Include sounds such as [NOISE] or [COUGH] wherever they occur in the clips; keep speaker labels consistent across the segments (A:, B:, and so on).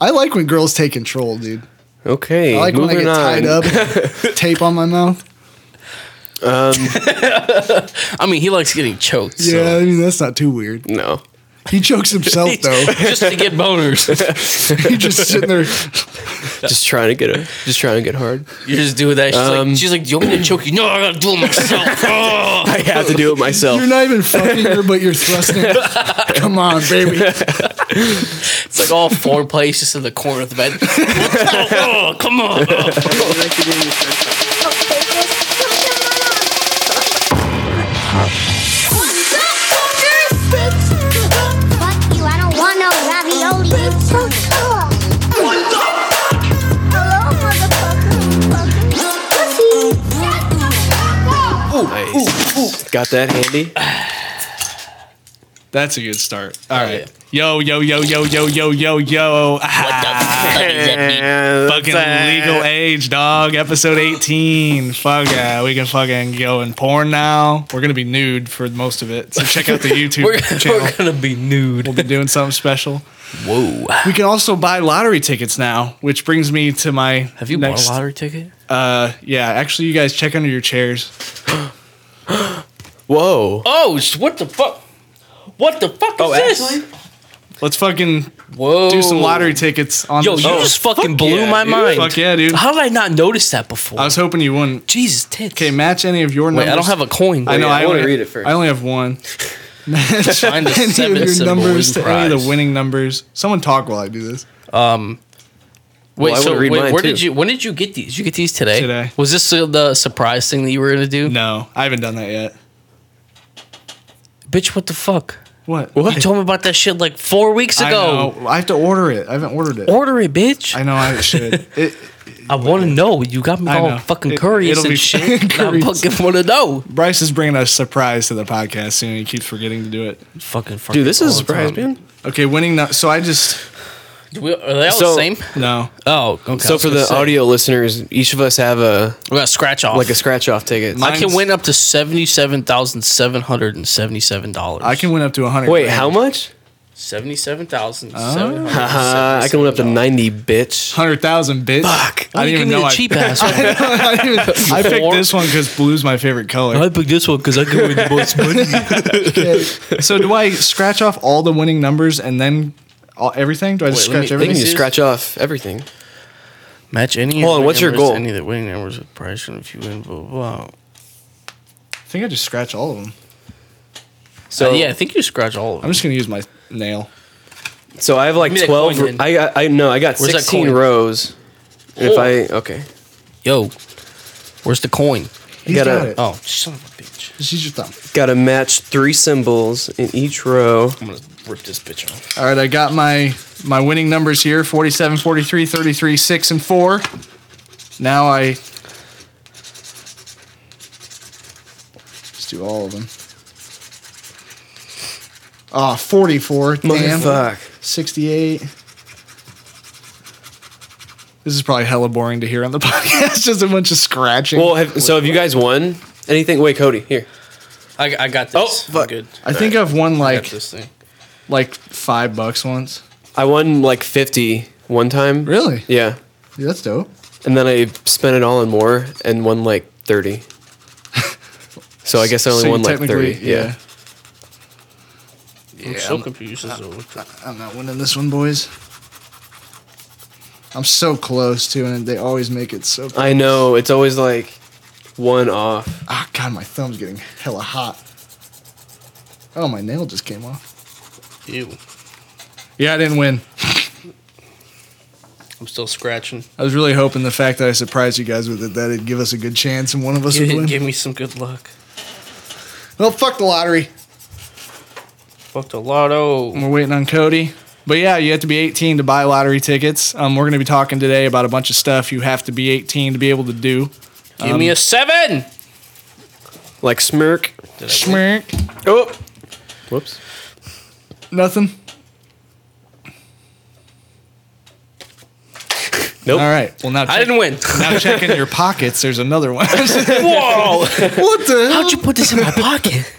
A: I like when girls take control, dude.
B: Okay.
A: I like when I
B: moving
A: get tied
B: on.
A: up, tape on my mouth.
C: I mean, he likes getting choked.
A: Yeah,
C: [LAUGHS] Yeah.
A: I mean that's not too weird.
B: No.
A: He chokes himself
C: [LAUGHS]
A: though.
C: just to get boners.
A: He's just sitting there.
B: Just trying to get a, just trying to get hard.
C: You just do that. She's,
B: Um,
C: like, she's like, "Do you want me to choke you?" No, I gotta do it myself. Oh.
B: I have to do it myself.
A: You're not even fucking her, but you're thrusting. Come on, baby.
C: It's like all foreign plays just in the corner of the bed. [LAUGHS] oh, oh, come on.
D: Fuck you, I don't want no ravioli. It's so cool. Hello, motherfucker. Pussy.
B: Got that
C: [LAUGHS]
B: handy?
E: That's a good start. All right. Yo, yo, yo, yo, yo, yo, yo, yo. Ah,
C: What the fuck
B: [LAUGHS]
C: is that?
E: fucking legal age, dog. Episode 18. Fuck yeah. We can fucking go in porn now. We're going to be nude for most of it. So check out the YouTube
C: We're,
E: channel.
C: [LAUGHS] we're gonna be nude.
E: We'll be doing something special.
C: Whoa.
E: We can also buy lottery tickets now, which brings me to my.
C: Have you
E: next,
C: bought a lottery ticket?
E: Uh, yeah, actually, you guys check under your chairs.
B: Whoa.
C: Oh, sh- what the fuck? What the fuck
B: Oh,
C: is this?
B: actually?
E: Let's fucking
C: Whoa.
E: do some lottery tickets on
C: Oh. Yo,
E: the
C: you
E: show.
C: just fucking blew
B: yeah,
C: my
B: dude.
C: mind.
E: Fuck yeah, dude.
C: How did I not notice that before?
E: I was hoping you wouldn't.
C: Jesus tits.
E: Okay, match any of your
C: Wait,
E: numbers.
C: I don't have a coin.
E: I know.
B: yeah, I
E: I,
B: wanna
E: only
B: read it first.
E: I only have one. [LAUGHS]
C: Find the
A: Any
C: seven
A: of your
C: symbol
A: numbers
C: numbers
A: to
E: Any of the winning numbers. Someone talk while I do this.
C: Wait,
B: Well, I
C: so
B: wanna read
C: wait,
B: mine,
C: where
B: too.
C: did you? When did you get these? Did you get these today?
E: Today.
C: Was this the, the surprise thing that you were gonna do?
E: No, I haven't done that yet.
C: Bitch, what the fuck?
E: What?
C: You told me about that shit like four weeks
E: I
C: ago.
E: know. I have to order it. I haven't ordered it.
C: Order it, bitch.
E: I know I should. It,
C: I want to know. You got me
E: I
C: all
E: know.
C: fucking
E: It-
C: curious
E: it'll
C: and
E: be
C: shit. I
E: curious.
C: fucking want to know.
E: Bryce is bringing a surprise to the podcast soon. He keeps forgetting to do it.
C: Fucking fucking
B: Dude, this is a
C: all the
B: surprise,
C: time.
B: man.
E: Okay, winning. nu- so I just
C: Do we- are they all
B: So-
C: the same?
E: no.
C: Oh, okay. I
B: So
C: was
B: for
C: gonna
B: the
C: say.
B: audio listeners, each of us have a
C: we got scratch off.
B: like a scratch off ticket.
C: I can
E: Mine's-
C: win up to seventy-seven thousand seven hundred and seventy-seven dollars.
E: I can win up to hundred.
B: Wait, how much?
C: seventy-seven thousand.
B: Uh, I can win up to ninety, bitch.
E: Hundred thousand, bitch. Fuck. I
C: I
E: didn't even know.
C: the
E: I,
C: cheap ass
E: [LAUGHS]
C: one.
E: I,
C: [LAUGHS]
E: didn't even- I picked
C: Four.
E: this one because blue's my favorite color. [LAUGHS]
C: I picked this one because I can win the [LAUGHS] most money.
E: so do I scratch off all the winning numbers and then all, everything? Do I just
C: Wait, let me-
E: scratch
C: let
B: They
C: me
B: can
E: everything?
B: just
C: see
B: scratch off everything.
C: Match any.
B: Hold on, what's your
C: numbers to
B: goal?
C: Any of the winning numbers with price, and if you win, blah blah. blah.
E: I think I just scratch all of them.
B: So
C: Uh, yeah, I think you scratch all of
E: I'm
C: them.
E: just gonna use my nail.
B: So I have like
C: Give me that
B: twelve.
C: coin, then.
B: I got. I no. I got
C: Where's that
B: sixteen
C: coin?
B: rows. And If
C: Oh.
B: I okay,
C: Yo, where's the coin?
B: I
E: He's
B: gotta
E: got it.
C: Oh, son of a bitch!
E: Just use your thumb.
B: gotta match three symbols in each row.
C: I'm gonna rip this bitch off.
E: All right, I got my my winning numbers here 47, 43, 33, 6, and 4. Now I. Let's do all of them. Ah, 44. Damn.
B: Motherfuck.
E: 68. This is probably hella boring to hear on the [LAUGHS] podcast. Just a bunch of scratching.
B: Well, have, so have you guys won anything? Wait, Cody, here.
C: I, I got this.
B: Oh, fuck.
C: I'm good.
E: I think I've won
C: I got
E: like
C: this thing.
E: like five bucks once.
B: I won like fifty one time.
E: Really?
B: Yeah,
E: Yeah, that's dope.
B: and then I spent it all on more and won like thirty. So I guess I only
E: So you
B: won like
E: technically-
B: thirty. Yeah.
C: I'm so confused. As to what the-
E: I'm not winning this one, boys. I'm so close to, and they always make it so.
B: I know. It's always like one off.
E: Ah, God, my thumb's getting hella hot. Oh, my nail just came off.
C: Ew,
E: Yeah, I didn't win.
C: I'm still scratching.
E: I was really hoping the fact that I surprised you guys with it that it'd give us a good chance and one of us
C: [LAUGHS]
E: would
C: Give,
E: win.
C: give me some good luck.
E: Well, fuck the lottery.
C: Fuck the lotto.
E: We're waiting on Cody. But yeah, you have to be 18 to buy lottery tickets. Um, we're going to be talking today about a bunch of stuff you have to be 18 to be able to do.
C: Give me a seven.
B: Like smirk.
C: Did I win?
E: Smirk.
B: Oh. Whoops.
E: Nothing.
B: Nope.
E: All right. Well, now
C: I
E: check-
C: didn't win.
E: Now check in your pockets. There's another
C: [LAUGHS]
E: one.
C: Whoa!
E: what the? [LAUGHS]
C: How'd you put this in my pocket?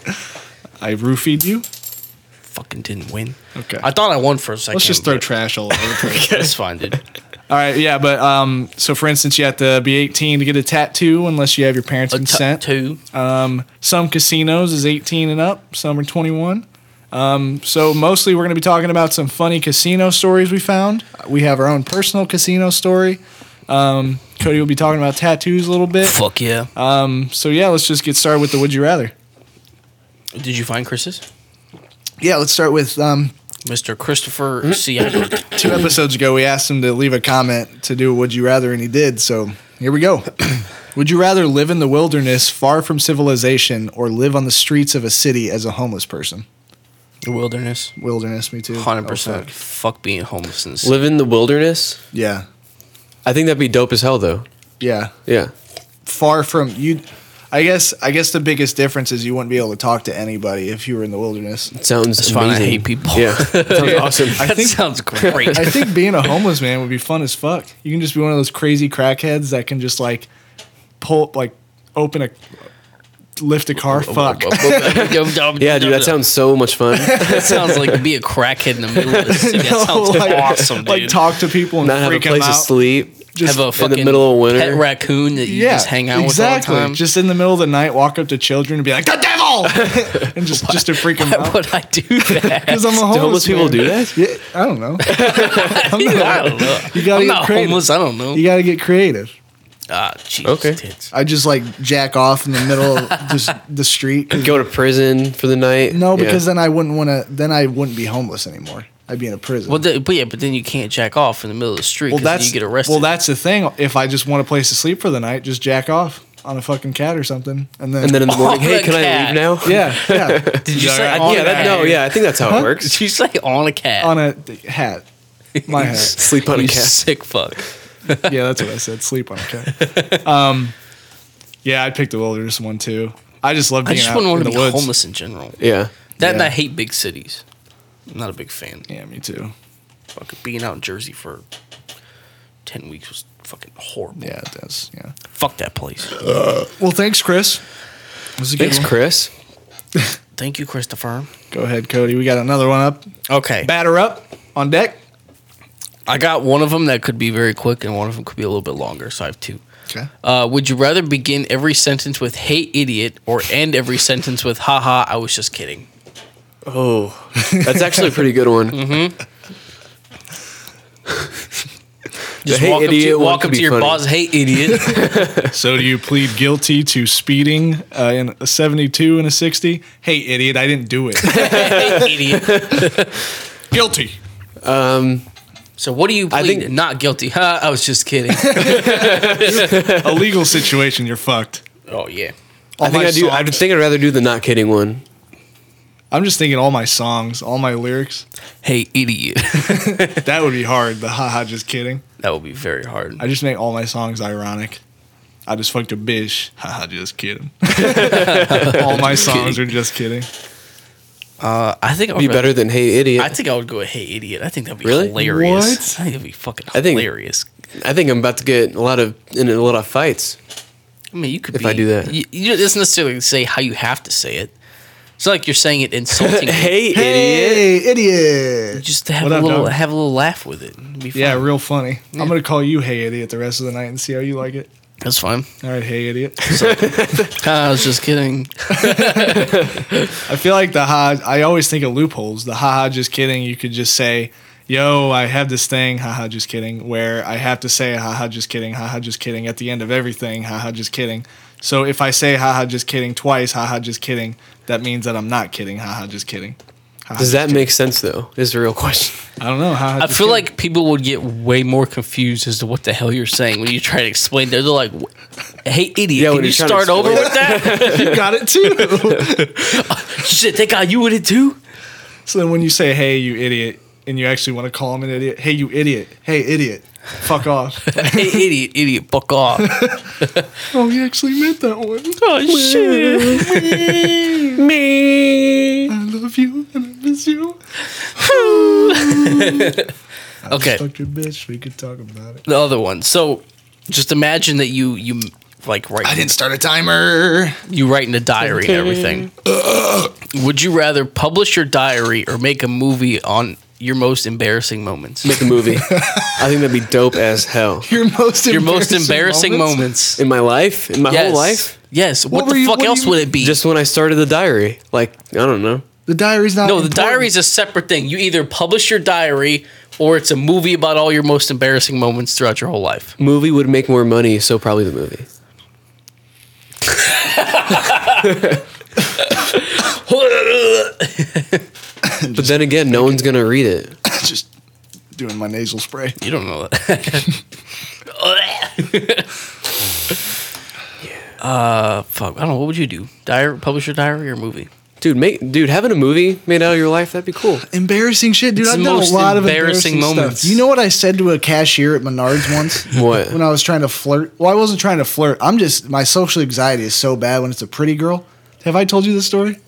E: I roofied you.
C: fucking didn't win.
E: Okay.
C: I thought I won for a second.
E: Let's just throw
C: but
E: trash all
C: [LAUGHS]
E: over the [LAUGHS] place.
C: That's fine, dude.
E: All right, yeah, but um, so for instance, you have to be 18 to get a tattoo unless you have your parents' consent.
C: Two.
E: Um, some casinos is 18 and up, some are 21. Um, so mostly we're going to be talking about some funny casino stories we found. We have our own personal casino story. Um, Cody will be talking about tattoos a little bit.
C: Fuck yeah.
E: uh, So yeah, let's just get started with the would you rather.
C: Did you find Chris's?
E: Yeah, let's start with um,
C: Mr. Christopher
E: [CLEARS THROAT]
C: C. Albert. [CLEARS THROAT]
E: two episodes ago. We asked him to leave a comment to do a would you rather, and he did. So here we
C: [CLEARS THROAT]
E: go. would you rather live in the wilderness, far from civilization, or live on the streets of a city as a homeless person?
C: The wilderness.
E: Wilderness, me too.
C: Hundred
E: Oh,
C: percent.
E: fuck.
C: Fuck being homeless and
B: Live in the wilderness.
E: Yeah,
B: I think that'd be dope as hell, though.
E: yeah.
B: Yeah.
E: far from you. I guess I guess the biggest difference is you wouldn't be able to talk to anybody if you were in the wilderness.
B: It sounds
C: That's fine, I
B: amazing.
C: hate people.
B: [LAUGHS] Yeah. Sounds awesome.
C: [LAUGHS] That
E: think-
C: sounds
E: [LAUGHS]
C: great.
E: I think being a homeless man would be fun as fuck. You can just be one of those crazy crackheads that can just like pull like open a lift a car. Fuck.
B: Yeah,
E: [LAUGHS]
B: dude, that sounds so much
C: [LAUGHS]
B: fun.
C: that sounds like be a crackhead in the
E: [LAUGHS]
C: middle of the city. That sounds
E: like,
C: awesome, dude.
E: Like talk to people and
B: Not have a
E: freak them
B: place to
E: out.
B: sleep.
E: Just
C: have a fucking
B: middle of winter.
C: pet raccoon that you
E: yeah,
C: just hang out
E: exactly.
C: with all the time.
E: Just in the middle of the night, walk up to children and be like, "The
C: [LAUGHS]
E: devil," and just just to freak them
C: [LAUGHS] why
E: out.
C: would
E: [LAUGHS]
C: I do that?
E: Because I'm a homeless.
B: homeless people
E: man.
B: do that?
E: Yeah, I don't
C: [LAUGHS]
E: know. [LAUGHS] I'm not-
C: I don't know.
E: You gotta get
C: I'm not
E: creative.
C: homeless. I don't know.
E: You got to get creative.
C: Ah, jeez.
B: Okay.
C: tits.
E: I just like jack off in the middle
C: [LAUGHS]
E: of just the street. 'cause-
B: Go to prison for the night.
E: no, because
B: yeah.
E: then I wouldn't want to. Then I wouldn't be homeless anymore. I'd be in a prison.
C: Well, th- but yeah, but then you can't jack off in the middle of the street.
E: well,
C: 'cause then
E: that's
C: you get arrested.
E: Well, that's the thing. If I just want a place to sleep for the night, just jack off on a fucking cat or something, and then
B: and then in the morning,
C: Oh,
B: hey,
C: the
B: can I
C: cat.
B: leave now?
E: [LAUGHS] yeah, yeah,
C: [LAUGHS] did you say
E: Yeah,
B: I-
C: on
B: yeah,
C: a
B: that,
C: cat?
B: no, yeah, I think that's how it works.
C: [LAUGHS] Did you say on a cat?
E: on a th- hat. My hat.
B: Sleep on a
C: [LAUGHS] you
B: cat.
C: sick fuck.
E: Yeah, that's what I said. Sleep on a cat. Um,
C: [LAUGHS]
E: yeah, I picked the wilderness one too. I just love
C: I
E: being
C: just
E: out
C: wouldn't
E: in
C: want
E: the
C: to be
E: woods.
C: homeless in general.
B: Yeah.
C: That and
E: Yeah.
C: I hate big cities. I'm not a big fan.
E: Yeah, me too.
C: Fucking being out in Jersey for ten weeks was fucking horrible.
E: Yeah, it does. Yeah.
C: Fuck that place.
E: Well, thanks, Chris. Was a good
B: Thanks,
E: one.
B: Chris.
C: Thank you, Christopher.
E: Go ahead, Cody. We got another one up.
C: Okay,
E: Batter up on deck.
C: I got one of them that could be very quick, and one of them could be a little bit longer. So I have two.
E: Okay.
C: Uh, would you rather begin every sentence with "Hey, idiot" or end every sentence with "Haha, I was just kidding"?
B: Oh, that's actually a pretty good
C: [LAUGHS]
B: one.
C: Mm-hmm.
B: [LAUGHS]
C: Just
B: "Hey,
C: walk
B: idiot"
C: up to,
B: one
C: walk
B: could
C: up to
B: be
C: your
B: funny.
C: boss, "Hey,
B: [LAUGHS]
C: idiot."
E: So do you plead guilty to speeding uh, in a 72 and a 60? Hey, idiot, I didn't do it. [LAUGHS]
C: hey, idiot.
E: guilty.
C: So what do you plead?
B: think-
C: not guilty. [LAUGHS] Huh? I was just kidding.
E: A legal situation, you're fucked.
C: oh yeah.
E: All
B: I think
E: my
B: I do. I
E: songs-
B: think I'd rather do the not kidding one.
E: I'm just thinking all my songs, all my lyrics.
C: Hey,
B: [LAUGHS]
C: idiot.
E: That would be hard. The haha, just kidding.
C: that would be very hard.
E: I just make all my songs ironic. I just fucked a bitch. Haha, just kidding. [LAUGHS] all my songs are just kidding.
C: Uh, I think I would
B: Be better than hey idiot.
C: I
B: I,
C: think I would go with "Hey, idiot." I think that'd be
B: Really?
C: hilarious.
E: What?
C: I think that'd be fucking
B: I think-
C: hilarious.
B: think I'm about to get a lot of in a lot of fights.
C: I mean, you could.
B: If
C: be,
B: I do that.
C: you, you know, it doesn't necessarily say how you have to say it. It's not like you're saying it
B: [LAUGHS]
C: insulting.
B: Hey, idiot.
E: Hey, idiot.
C: just to have
E: What
C: a
E: up,
C: little
E: dog?
C: have a little laugh with it. It'd be fun.
E: Yeah, real funny. I'm gonna call you hey idiot the rest of the night and see how you like it.
C: that's fine. [LAUGHS]
E: All right, hey idiot.
C: I was just kidding.
E: I feel like the ha. I always think of loopholes. The haha, just kidding. You could just say, "Yo, I have this thing." Haha, just kidding. Where I have to say, "Haha, just kidding." Haha, just kidding. At the end of everything, haha, just kidding. So if I say, "Haha, just kidding" twice, haha, just kidding, that means that I'm not kidding. Haha, just kidding. Ha ha, just
B: Does that
E: kidding.
B: make sense though? Is the real question.
E: I don't know. Haha,
C: I
E: just
C: feel
E: kidding.
C: like people would get way more confused as to what the hell you're saying when you try to explain. They're like, "Hey, idiot!
B: Yeah, when
C: can you
B: you're trying to
C: start over
B: explain
C: with [LAUGHS] that?"
E: you got it too.
C: Shit, thank God you would it too.
E: so then when you say, "Hey, you idiot," and you actually want to call him an idiot, "Hey, you idiot," "Hey, idiot," fuck off.
C: hey, idiot, idiot, fuck off.
E: oh, he actually meant that one.
C: [LAUGHS] oh [LAUGHS] shit!
B: Me.
E: I love you and I miss you.
C: Okay,
E: Fuck your bitch. We could talk about it.
C: the other one. So, just imagine that you you like writing.
E: I didn't start a timer.
C: You write in a diary and everything. Would you rather publish your diary or make a movie on your most embarrassing moments?
B: Make a movie. I think that'd be dope as hell.
E: Your most
C: Your most embarrassing moments.
B: In my life, in my whole life,
C: Yes. What,
E: were
C: the
E: you-
C: fuck
E: what
C: else
E: you-
C: would it be?
B: just when I started the diary. Like I don't know.
E: The diary's not.
C: no, the
E: important.
C: diary is a separate thing. You either publish your diary or it's a movie about all your most embarrassing moments throughout your whole [LAUGHS] life.
B: Movie would make more money, so probably the movie. But then again, no one's gonna read it.
E: just doing my nasal spray.
C: You don't know that. [LAUGHS] uh, fuck. I don't know. What would you do? Diary, publish your diary or movie?
B: Dude, make dude having a movie made out of your life that'd be cool.
E: Embarrassing shit, dude.
C: It's
E: I've
C: the
E: done a
C: most
E: lot of
C: embarrassing
E: embarrassing moments.
C: moments.
E: Stuff. You know what I said to a cashier at Menards once?
B: What?
E: When I was trying to flirt. Well, I wasn't trying to flirt. I'm just my social anxiety is so bad when it's a pretty girl. Have I told you this story?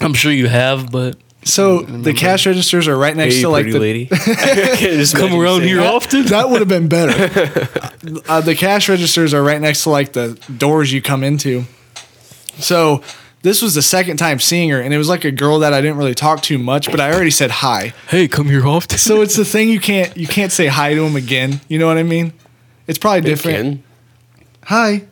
C: I'm sure you have, but
E: So the cash registers are right next
B: Hey,
E: to like
B: pretty
E: the [LAUGHS]
C: [LAUGHS]
B: lady. Just imagine saying that.
E: often. That would have been better. uh, the cash registers are right next to like the doors you come into. So this was the second time seeing her, and it was like a girl that I didn't really talk to much, but I already said hi.
C: hey, come here often.
E: So it's the thing you can't you can't say hi to him again. You know what I mean? It's probably different.
B: Again?
E: Hi.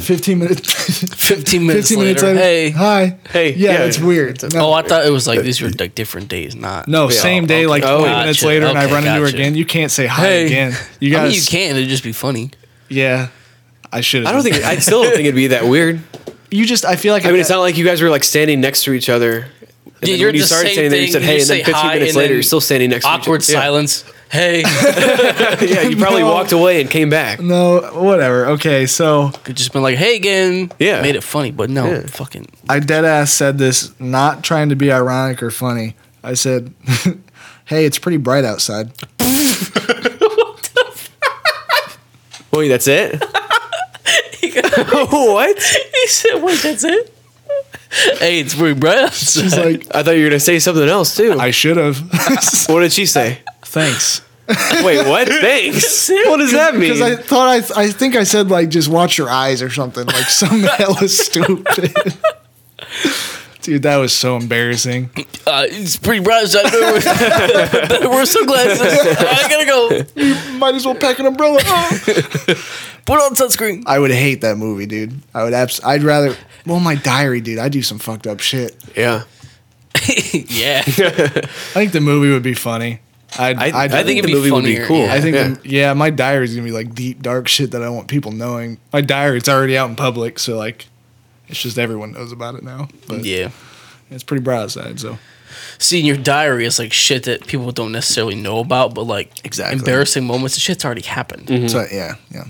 E: Fifteen minutes. [LAUGHS]
C: 15 minutes
E: Fifteen minutes
C: later.
E: later.
C: Hey.
E: Hi.
B: Hey,
E: Yeah,
B: yeah.
E: it's weird.
C: Oh,
E: No,
C: I thought it was like these were like different days, not.
E: no same day, like
B: Oh,
E: twenty minutes
C: gotcha.
E: later, and I
C: Okay,
E: run into her
C: gotcha.
E: again. You can't say hi
B: Hey.
E: again. You
C: I
E: guys.
C: mean, you can. It'd just be funny.
E: Yeah. I should.
B: I don't think I still don't think it'd be that weird.
E: you just. I feel like
B: I mean, it's not like you guys were like standing next to each other. And
C: Yeah,
B: then
C: you're
B: when you
C: the
B: started
C: same
B: standing there, you
C: thing,
B: said,
C: you
B: "Hey," and
C: say
B: then 15
C: hi,
B: minutes
C: and
B: later,
C: then
B: you're still standing next
C: Awkward
B: to each other.
C: silence. Hey,
B: Yeah. Yeah, you
C: [LAUGHS]
B: probably
E: No.
B: walked away and came back.
E: No, whatever. Okay, so
C: could just been like, hey again.
B: Yeah.
C: made it funny, but no,
B: Yeah.
E: [LAUGHS]
C: fucking.
E: I dead ass said this, not trying to be ironic or funny. I said, [LAUGHS] "Hey, it's pretty bright outside."
B: Wait, that's [LAUGHS] it? what?
C: He said, wait, that's it. hey, it's pretty bright.
B: [LAUGHS]
C: outside.
E: She's like,
B: I thought you were gonna say something else too.
E: "I should
B: [LAUGHS]
E: have."
B: what did she say?
E: Thanks.
B: Wait, [LAUGHS] what? Thanks. What does that mean?
E: Because I thought I, I think I said like, just watch your eyes or something.
B: [LAUGHS]
E: Like some hella stupid. Dude, that was so embarrassing.
C: Uh, it's pretty bright. outside. Better [LAUGHS] wear sunglasses. I gotta go.
E: Might as well pack an umbrella. [LAUGHS]
C: Put on sunscreen. [LAUGHS]
E: I would hate that movie, dude. I would abs- I'd rather. Well, my diary, dude. I do some fucked up shit.
B: yeah.
C: yeah,
E: I think the movie would be funny. I'd,
B: [LAUGHS] I,
E: I'd-
B: I think
C: it'd
B: the
C: be
B: movie would
C: funnier,
B: be cool.
C: yeah.
E: I think,
B: Yeah.
E: yeah. yeah, my diary's gonna be like deep, dark shit that I want people knowing. My diary, it's already out in public, so like, it's just everyone knows about it now. But yeah.
C: yeah.
E: it's pretty bright outside, so
C: See, in your diary is like shit that people don't necessarily know about, but like
E: Exactly. Mm-hmm.
C: embarrassing moments. The shit's already happened.
E: so yeah, yeah.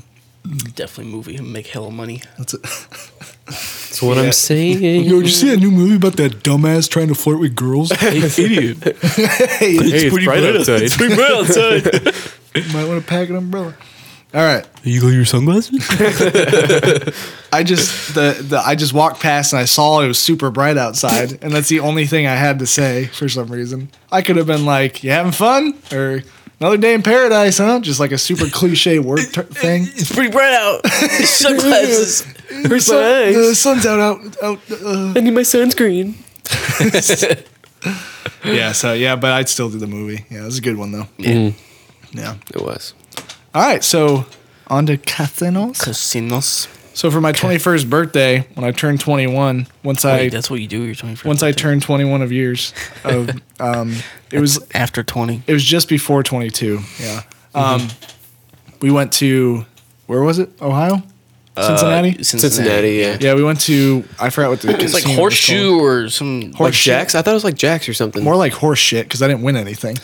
C: Definitely movie and make hella money.
E: That's it.
B: That's what
E: Yeah.
B: I'm [LAUGHS] saying.
E: Yo, did you see that new movie about that dumbass trying to flirt with girls? [LAUGHS]
B: [LAUGHS]
E: hey,
B: Idiot. Hey,
E: you
B: it's bright outside.
E: might want to pack an umbrella. All right,
F: You got your sunglasses?
E: [LAUGHS] I just the, the I just walked past and I saw it was super bright outside, and that's the only thing I had to say for some reason. I could have been like, "You having fun?" or "Another day in paradise, huh?" Just like a super cliche
C: [LAUGHS]
E: word ter- thing.
C: It's pretty bright out. [LAUGHS] Sunglasses.
E: [LAUGHS] The sun-
B: Thanks.
E: the sun's out, out, out. Uh.
B: [LAUGHS] I need my sunscreen.
E: Yeah, so yeah, but I'd still do the movie. Yeah, it was a good one though. Yeah.
B: Mm.
E: Yeah.
B: It was.
E: All right, so on to Cathanos.
C: Casinos.
E: So for my 21st birthday, when I turned 21, once
C: Wait,
E: I
C: that's what you do. You're 24.
E: once I turned 21 of years, of, um, it was
C: after 20.
E: It was just before 22. Yeah. Um, we went to where was it? Ohio,
C: Uh,
E: Cincinnati.
B: Cincinnati, yeah.
E: yeah, we went to I forgot what the
C: It's like
E: casino was
C: horseshoe
E: called.
C: or some.
B: Like
E: Horseshoe.
B: Jax? I thought it was like Jax or something.
E: More like horse shit because I didn't win anything.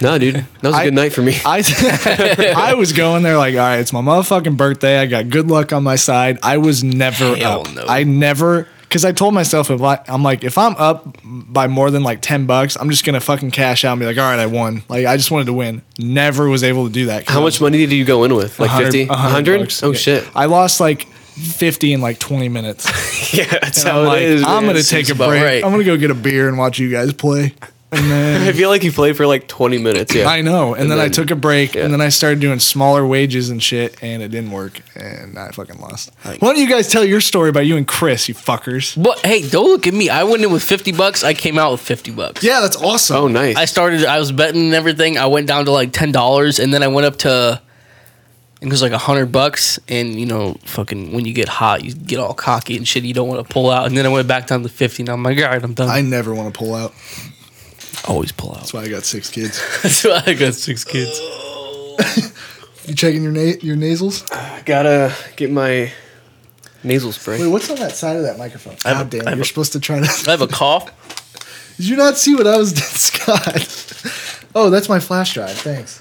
B: no, dude. That was a
E: I-
B: good night for me.
E: I I [LAUGHS] was going there like, all right, it's my motherfucking birthday. I got good luck on my side. I was never
C: Hell
E: up.
C: no.
E: I never because I told myself if I, I'm like if I'm up by more than like ten bucks, I'm just gonna fucking cash out and be like, all right, I won. Like I just wanted to win. Never was able to do that. 'cause
B: How
E: I
B: much money did you go in with? Like 50? 100?
E: bucks.
B: Oh,
E: Yeah.
B: shit.
E: I lost like 50 in like 20 minutes.
B: [LAUGHS] yeah, that's
E: I'm like, I'm
B: man.
E: going to take a
C: about
E: break.
C: right.
E: I'm going to go get a beer and watch you guys play. and then
B: I feel like he played for like 20 minutes. Yeah.
E: I know. And, then, I
B: then-
E: took a break,
B: yeah.
E: and then I started doing smaller wages and shit, and it didn't work, and I fucking lost. Why don't you guys tell your story about you and Chris, you fuckers?
C: But hey, don't look at me. I went in with fifty bucks. I came out with fifty bucks.
E: Yeah, that's awesome.
B: Oh, nice.
C: I started. I was betting and everything. I went down to like ten dollars, and then I went up to. It was like a hundred bucks, and you know, fucking when you get hot, you get all cocky and shit. You don't want to pull out, and then I went back down to fifty. And I'm like, all right, I'm done.
E: I
C: [LAUGHS] I
E: never want to pull out.
C: always pull out.
E: That's why I got six kids.
C: [LAUGHS] That's why I got six kids.
E: You checking your na- your nasals?
B: I gotta get my nasal spray.
E: Wait, what's on that side of that microphone? God damn, you're supposed to try to. [LAUGHS]
C: I have a cough. [LAUGHS]
E: Did you not see what I was [LAUGHS] doing, Scott? Oh, that's my flash drive. Thanks.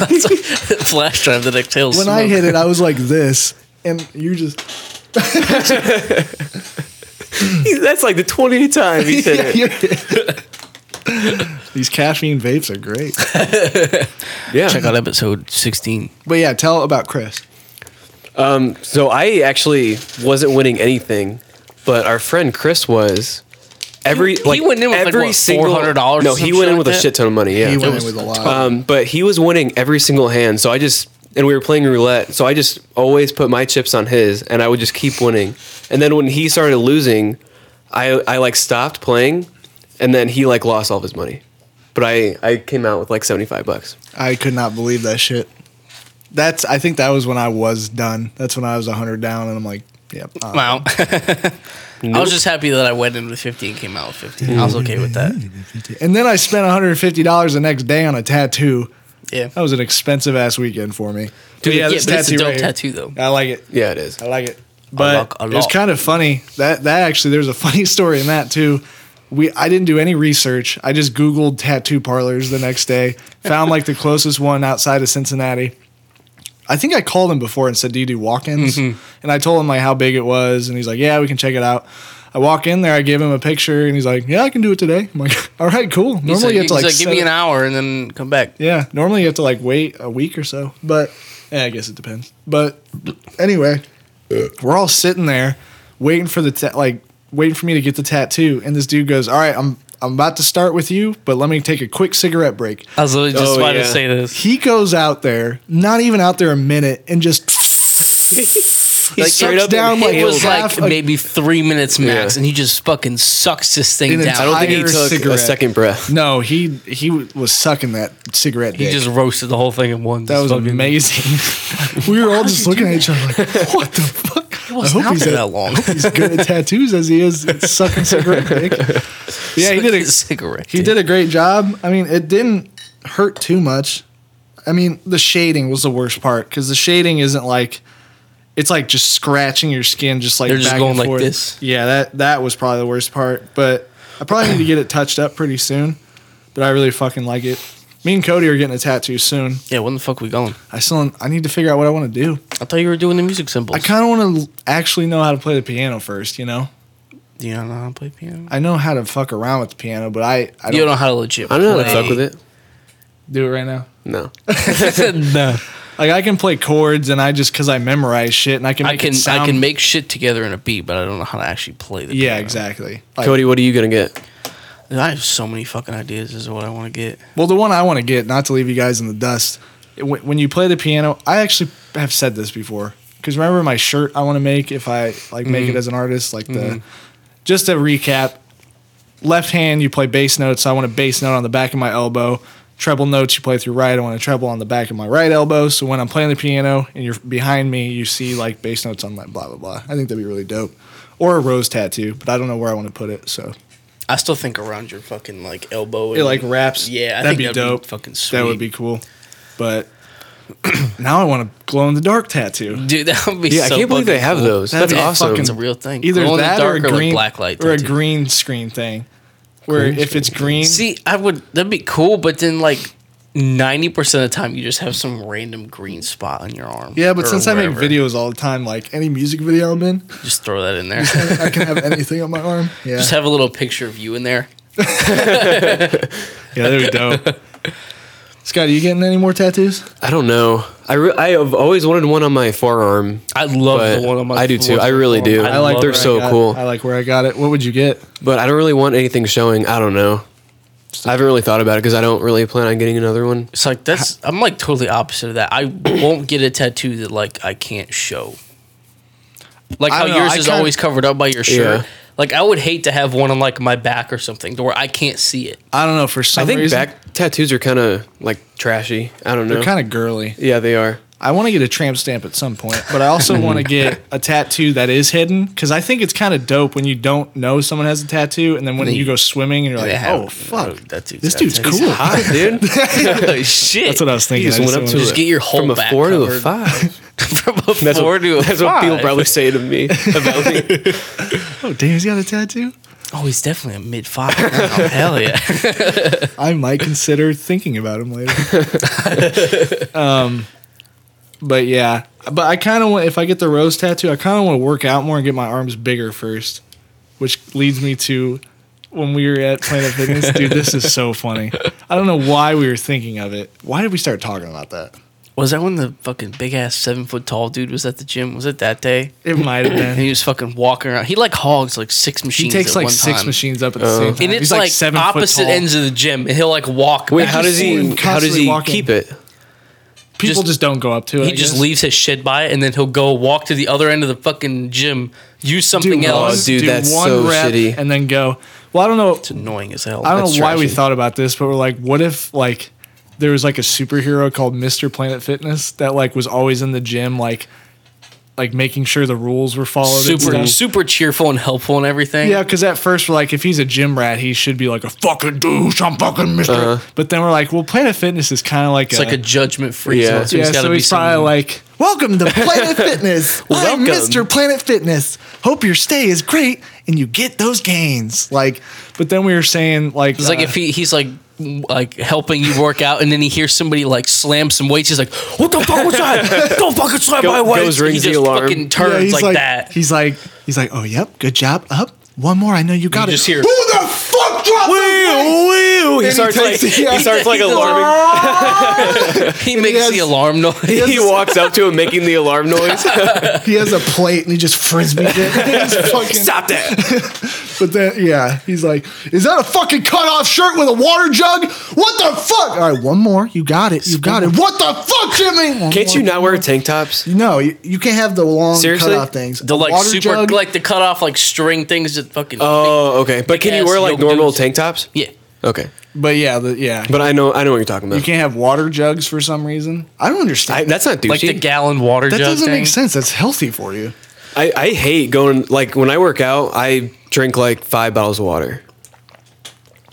C: That's a flash drive that exhales.
E: When I
C: smoke.
E: hit it, I was like this, and you just
B: That's like the 20th time he said [LAUGHS]
E: [LAUGHS]
B: it.
E: These caffeine vapes are great.
B: Yeah.
C: check out episode sixteen.
E: But yeah, tell about Chris.
B: So I actually wasn't winning anything, but our friend Chris was. Every
C: he
B: like
C: went in with, like,
B: every
C: what,
B: single
C: $400 or
B: No,
C: some
B: he
C: shit
B: went in
C: like
B: with a
C: that?
B: shit ton of money. Yeah,
E: He went in with a lot.
B: Um, but he was winning every single hand. So I just and we were playing roulette. So I just always put my chips on his, and I would just keep winning. And then when he started losing, I I like stopped playing, and then he like lost all of his money. But I I came out with like seventy five bucks.
E: I could not believe that shit. That's. I think that was when I was done. That's when I was hundred down, and I'm like, yep. uh,
C: Wow. [LAUGHS] I was just happy that I went in with fifty and came out with fifty. I was okay with that.
E: and then I spent 150 dollars the next day on a tattoo.
C: Yeah.
E: That was an expensive ass weekend for me. Oh, Dude,
C: yeah, but it's a dope tattoo though.
E: I like it.
B: Yeah, it is.
E: I like it. But
C: like a
E: it was
C: lot.
E: kind of funny. That that actually there's a funny [LAUGHS] story in that too. We I didn't do any research. I just Googled tattoo parlors the next day. Found like the closest one outside of Cincinnati. I think I called him before and said, "Do you do walk-ins?"
C: Mm-hmm.
E: And I told him like how big it was, and he's like, "Yeah, we can check it out." I walk in there, I give him a picture, and he's like, "Yeah, I can do it today." I'm like, [LAUGHS] "All right, cool." Normally
C: He's like,
E: you have to like,
C: he's like, give
E: set
C: me
E: it-
C: an hour and then come back.
E: yeah, normally you have to like wait a week or so, but yeah, I guess it depends. But anyway, we're all sitting there waiting for the ta- like waiting for me to get the tattoo, and this dude goes, "All right, I'm I'm about to start with you, but let me take a quick cigarette break."
C: I was literally
B: just Oh, about to yeah. say
C: this.
E: He goes out there, not even out there a minute, and just [LAUGHS] he
B: Like, straight
E: sucks
B: up
E: down like
C: It was
E: half
C: like
E: a-
C: maybe three minutes max,
B: Yeah.
C: and he just fucking sucks this thing
E: An
C: down.
E: entire
B: I don't think he
E: Higher
B: took
E: cigarette.
B: a second breath.
E: no, he he was sucking that cigarette.
C: he
E: dick.
C: just roasted the whole thing in one.
E: That was amazing. [LAUGHS] we were all just looking at each other like, what
C: [LAUGHS]
E: the fuck? I
C: wasn't out there that long.
E: I hope he's
C: [LAUGHS]
E: good at tattoos as he is at sucking cigarette dick. But yeah, he did a
C: cigarette.
E: he did a great job. I mean, it didn't hurt too much. I mean, the shading was the worst part because the shading isn't like it's like just scratching your skin, just like
C: They're just
E: back
C: going
E: and
C: like
E: forth.
C: this.
E: Yeah, that that was probably the worst part. But I probably need to get it touched up pretty soon. But I really fucking like it. Me and Cody are getting a tattoo soon.
C: Yeah, when the fuck we going?
E: I still I need to figure out what I want to do.
C: I thought you were doing the music symbols.
E: I kind of want to actually know how to play the piano first. You know,
C: Do you know how to play piano?
E: I know how to fuck around with the piano, but I I
C: you
E: don't,
C: don't know how to legit.
B: I don't know how to fuck with it.
E: do it right now.
B: No.
C: [LAUGHS] it. no.
E: Like I can play chords, and I just because I memorize shit, and I can
C: I
E: make
C: can
E: it sound.
C: I can make shit together in a beat, but I don't know how to actually play the.
E: yeah,
C: piano.
E: exactly. Like,
B: Cody, what are you gonna get?
C: Dude, I have so many fucking ideas. Is what I want to get.
E: Well, the one I want to get, not to leave you guys in the dust, it- when when you play the piano, I actually have said this before. Because remember my shirt I want to make if I like make it as an artist, like the. Just to recap, left hand you play bass notes. I want a bass note on the back of my elbow. Treble notes you play through right. I want a treble on the back of my right elbow. So when I'm playing the piano and you're behind me, you see like bass notes on my blah blah blah. I think that'd be really dope. Or a rose tattoo, but I don't know where I want to put it. So
C: I still think around your fucking like elbow.
E: it like wraps.
C: Yeah, I
E: that'd
C: think
E: be
C: that'd be
E: dope.
C: fucking sweet.
E: That would be cool. But [CLEARS THROAT] now I want a glow in the dark tattoo.
C: Dude, [LAUGHS] that would be.
B: Yeah, I
C: so
B: can't believe they
C: fucking
B: have
C: cool.
B: those.
E: That'd
B: That's
E: be
B: awesome.
E: fucking
C: It's a real thing.
E: Either
C: Glow in the
E: that or a
C: dark or, like,
E: green
C: black light
E: or a
C: tattoo.
E: green screen thing, where if it's green,
C: See, I would. That'd be cool, but then like ninety percent of the time, you just have some random green spot on your arm.
E: yeah. But
C: or
E: since I make
C: wherever.
E: videos all the time, like any music video I'm in,
C: just throw
E: [LAUGHS]
C: that in there.
E: I can
C: [LAUGHS]
E: have anything on my arm. Yeah,
C: just have a little picture of you in there.
E: yeah. There we go.
C: [LAUGHS]
E: Scott, are you getting any more tattoos?
B: I don't know. I re- I have always wanted one on my forearm.
C: I love
B: But
C: the one on my.
B: I do too. I really do. I
C: like
E: where
B: like they're
E: I
B: so
E: got it.
B: cool.
E: I like where I got it. What would you get?
B: But I don't really want anything showing. I don't know. I haven't really thought about it because I don't really plan on getting another one.
C: It's like that's I'm like totally opposite of that. I won't get a tattoo that like I can't show. Like
E: I
C: how
E: don't know,
C: yours
E: I
C: is
E: kinda-
C: always covered up by your shirt.
B: Yeah.
C: Like I would hate to have one on like my back or something to where I can't see it.
E: I don't know. For some
B: I think
E: reason,
B: back tattoos are kind of like trashy. I don't know.
E: they're kind of girly.
B: yeah, they [LAUGHS] are.
E: I want to get a tramp stamp at some point, but I also
B: [LAUGHS]
E: want to get a tattoo that is hidden because I think it's kind of dope when you don't know someone has a tattoo, and then when you go swimming and you're like,
C: have-
E: "Oh fuck,
C: that dude's
E: this
C: got
E: dude's
C: tattoos."
E: cool."
B: Hot, dude.
C: [LAUGHS] Holy
E: [LAUGHS]
C: shit.
E: That's what I was
B: He
E: thinking.
B: just
E: I
B: went up to
E: wanted
C: Just
B: a-
C: get your whole
B: from a
C: back
B: four to a
C: covered.
B: five.
C: [LAUGHS] from a
B: That's
C: four
B: what,
C: to a
B: that's what people
C: five.
B: probably say to [LAUGHS] me about me.
E: Oh, damn, he's got a tattoo.
C: Oh, he's definitely a mid
E: [LAUGHS]
C: five. hell yeah.
E: I might consider thinking about him later. um, but yeah, but I kind of want if I get the rose tattoo, I kind of want to work out more and get my arms bigger first, which leads me to when we were at Planet Fitness. Dude, this is so funny. I don't know why we were thinking of it. Why did we start talking about that?
C: Was that when the fucking big ass seven foot tall dude was at the gym? Was it that day?
E: It might have
C: And he
E: been.
C: was fucking walking around. He like hogs like six
E: He
C: machines.
E: takes
C: at
E: like
C: one
E: six
C: time. Uh.
E: machines up at the same time.
C: And
E: He's,
C: it's like,
E: seven foot
C: opposite
E: tall.
C: ends of the gym, and he'll like walk.
B: Wait,
C: back
B: how
C: and
B: does
E: Constantly
B: he? How does he
E: walking.
B: keep it?
E: People
C: just-
E: just, don't go up to it.
C: He
E: I
C: just
E: guess.
C: leaves his shit by it, and then he'll go walk to the other end of the fucking gym, use something
E: Do one-
C: else.
B: dude,
E: do
B: that's
E: one
B: so
E: rep
B: shitty.
E: And then go. Well, I don't know.
C: It's annoying as hell.
E: I don't know
B: That's
E: why we
B: trashy.
E: thought about this, but we're like, what if like there was like a superhero called Mr. Planet Fitness that like was always in the gym, like like making sure the rules were followed. and
C: super
E: stuff?
C: super cheerful and helpful and everything.
E: Yeah, because at first we're like, if he's a gym rat, he should be like a fucking douche. I'm fucking Mr. But then we're like, well, Planet Fitness is kind of like
C: Uh-huh.
E: a,
C: it's like a judgment free.
B: Yeah.
C: zone, so
E: yeah,
C: he's got to
E: so
C: be
E: he's probably
C: something-
E: like,
G: Welcome to
C: [LAUGHS]
G: Planet Fitness. I'm
B: Welcome.
G: Mr. Planet Fitness.
E: hope your stay is great and you get those gains. Like, but then we were saying like, uh,
C: It's like if he, he's like like helping you work out, and then he hears somebody like slam some weights. He's like, "What the fuck
B: [LAUGHS]
C: was that? Don't fucking slam
B: Go-
C: my weights!"
B: goes, rings
C: he
B: the
C: just
B: alarm. [LAUGHS]
C: fucking
E: Yeah,
C: turns
E: he's
C: like,
E: [LAUGHS]
C: that.
E: He's like, he's like, oh yep, good job. Up one more. I know you got it.
C: just
E: [LAUGHS]
C: hear-
E: Who the fuck dropped
C: [LAUGHS]
E: the
B: Woo! He starts like
E: takes it-
B: he starts like
C: He "Ah." does-
B: alarming.
C: He makes
E: has-
C: the alarm noise. [LAUGHS]
B: He walks up to him making the alarm noise.
E: mic? He has a plate and he just frisbees it. [LAUGHS]
C: [LAUGHS]
E: He's fucking-
B: Stop that!
E: but then yeah, he's like, is that a fucking cut off shirt with a water jug? What the fuck? All right, one more. You got it. You got it. What the fuck, Jimmy? One
B: Can't
E: more.
B: you not wear tank tops?
G: No, you, you can't have the long
B: Seriously?
G: cutoff things.
C: the like
G: Water
C: super
G: jug,
C: like the cut off like string things that fucking.
B: Oh, okay. But can you
C: Big-ass
B: wear like
C: yoke
B: normal
C: dudes.
B: tank tops?
C: yeah.
B: Okay.
E: But yeah, the, yeah.
B: But I know I know what you're talking
E: you
B: about.
E: can't have water jugs for some reason. I don't understand.
B: I, that's not douchey.
C: Like the gallon water
E: that
C: jug
E: doesn't
C: thing.
E: make sense. That's healthy for you.
B: I, I hate going like when I work out, I drink like five bottles of water.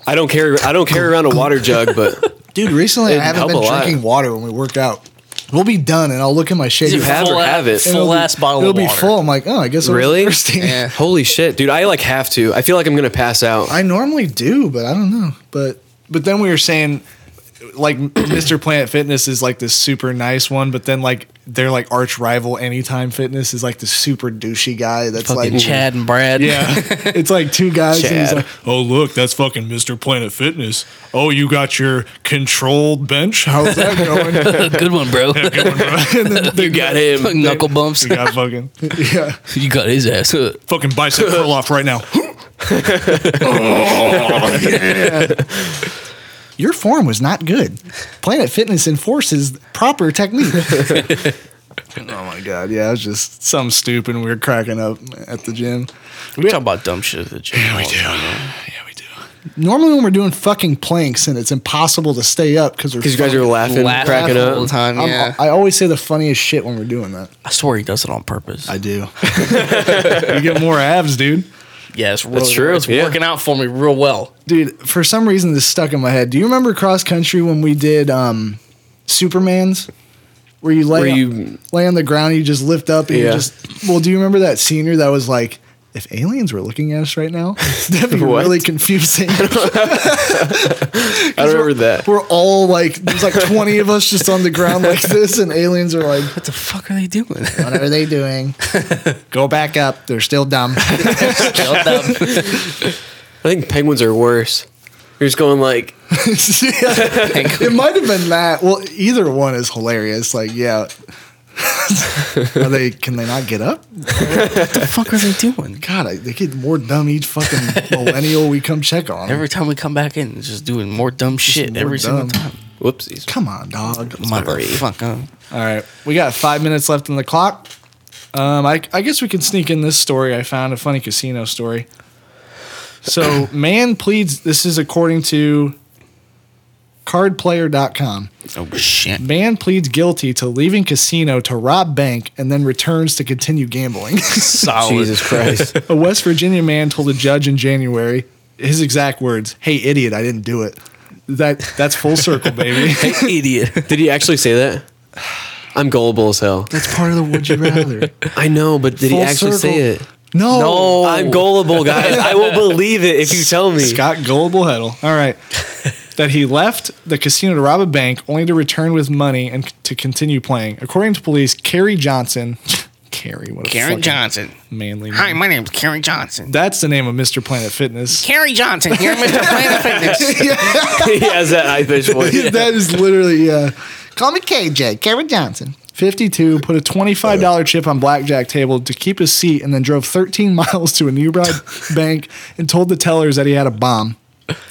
B: I don't carry I don't carry around a water jug,
C: [LAUGHS]
B: but
G: dude. Recently, I
B: It'd
G: haven't
B: help
G: been
B: a lot.
G: drinking water when we work out. We'll be done, and I'll look at my shake.
B: You
G: and
B: have or
C: full
B: have it.
C: ass,
G: it'll
C: full
G: be-
C: ass bottle
G: It'll
C: of
G: be
C: water.
G: full. I'm like, oh, I guess I was
B: really?
G: thirsty.
C: Yeah.
B: Holy shit, dude! I like have to. I feel like I'm gonna pass
G: [LAUGHS]
B: out.
G: I normally do, but I don't know.
E: But but then we were saying like [CLEARS THROAT] Mr. Planet Fitness is like this super nice one, but then like their like arch rival Anytime Fitness is like the super douchey guy that's
G: Fucking
E: like
C: Chad and
E: [LAUGHS]
C: Brad.
E: yeah,
C: [LAUGHS]
E: it's like two guys. And he's
B: Chad.
E: like, "Oh look, that's fucking Mr. Planet Fitness. Oh, you got your controlled bench.
G: [LAUGHS]
E: How's that going?
C: Good one, [LAUGHS] bro.
E: and then they
B: you got
C: [LAUGHS]
B: him.
C: Knuckle bumps.
E: got fucking yeah,
C: You got his ass.
E: fucking bicep curl off
G: [LAUGHS]
E: right now.
G: Your form was not good. Planet Fitness enforces proper [LAUGHS] technique.
E: oh my god, yeah, it was just something stupid. and We were cracking up at the gym.
C: We talk about dumb shit at the gym.
E: Yeah, we do. Yeah, we do.
G: Oh, normally, when we're doing fucking planks and it's impossible to stay up because
B: Because you guys are laughing,
C: Laugh
B: cracking
C: all the
B: up.
C: time. Yeah.
G: I always say the funniest shit when we're doing that.
C: I swear he does it on purpose.
G: I [LAUGHS] do.
E: You get more abs, dude.
C: yeah, it's really,
B: true,
C: It's
B: yeah.
C: working out for me real well.
G: Dude, for some reason this stuck in my head. Do you remember cross country when we did um Superman's? Where you lay
B: Where
G: on,
B: you-
G: lay on the ground and you just lift up and you
B: Yeah.
G: just well, do you remember that senior that was like if aliens were looking at us right now,
B: [LAUGHS]
G: that'd be
B: What?
G: really confusing.
B: I remember that.
G: We're all like, there's like 20 of us just on the ground like this, and aliens are like,
C: What the fuck are they [LAUGHS] doing?
G: what are they doing?
B: [LAUGHS]
G: Go back up. They're still dumb.
B: I think penguins are worse. You're just going like,
G: Yeah. It might have been that. Well, either one is hilarious. Like, yeah,
E: Are they? Can they not get up?
C: the fuck are they doing?
E: God, I, they get more dumb each [LAUGHS] fucking millennial we come check on.
C: Every time we come back in, it's just doing more dumb shit
E: more
C: every
E: dumb.
C: single time.
B: Whoopsies.
E: come on, dog.
C: Motherfucker.
H: All right.
E: We got five minutes left on the clock. Um, I, I guess we can sneak in this story. I found a funny casino story. [CLEARS THROAT]
H: So
E: Man pleads, this is according to cardplayer.com.
C: Oh shit.
E: Man pleads guilty to leaving casino to rob bank and then returns to continue gambling. [LAUGHS]
C: Solid.
B: Jesus
C: [LAUGHS]
B: Christ.
E: a West Virginia man told a judge in January, his exact words, "Hey idiot, I didn't do it." That that's full circle, baby.
C: Idiot.
B: did he actually say that? I'm gullible as hell.
E: That's part of the would you rather.
B: I know, but did he
E: Full
B: actually say it?
E: circle. No.
C: No.
B: I'm gullible, guys. I will believe it if you tell me.
E: Scott Gullible Heddle. All right. that he left the casino to rob a bank only to return with money and c- to continue playing. According to police, Kerry Johnson. [LAUGHS] Kerry, what a
C: Karen
E: fucking
C: Johnson.
E: manly
C: Hi,
E: name.
C: my name's Karen Johnson.
E: That's the name of Mr. Planet Fitness.
C: Carrie Johnson here, Mr.
E: [LAUGHS]
C: Planet [LAUGHS] Fitness.
B: [LAUGHS] he has that high pitched voice.
E: that is literally, yeah. Call me KJ, Kerry Johnson. 52 put a $25 chip on blackjack table to keep his seat and then drove 13 [LAUGHS] miles to a nearby bank and told the tellers that he had a bomb.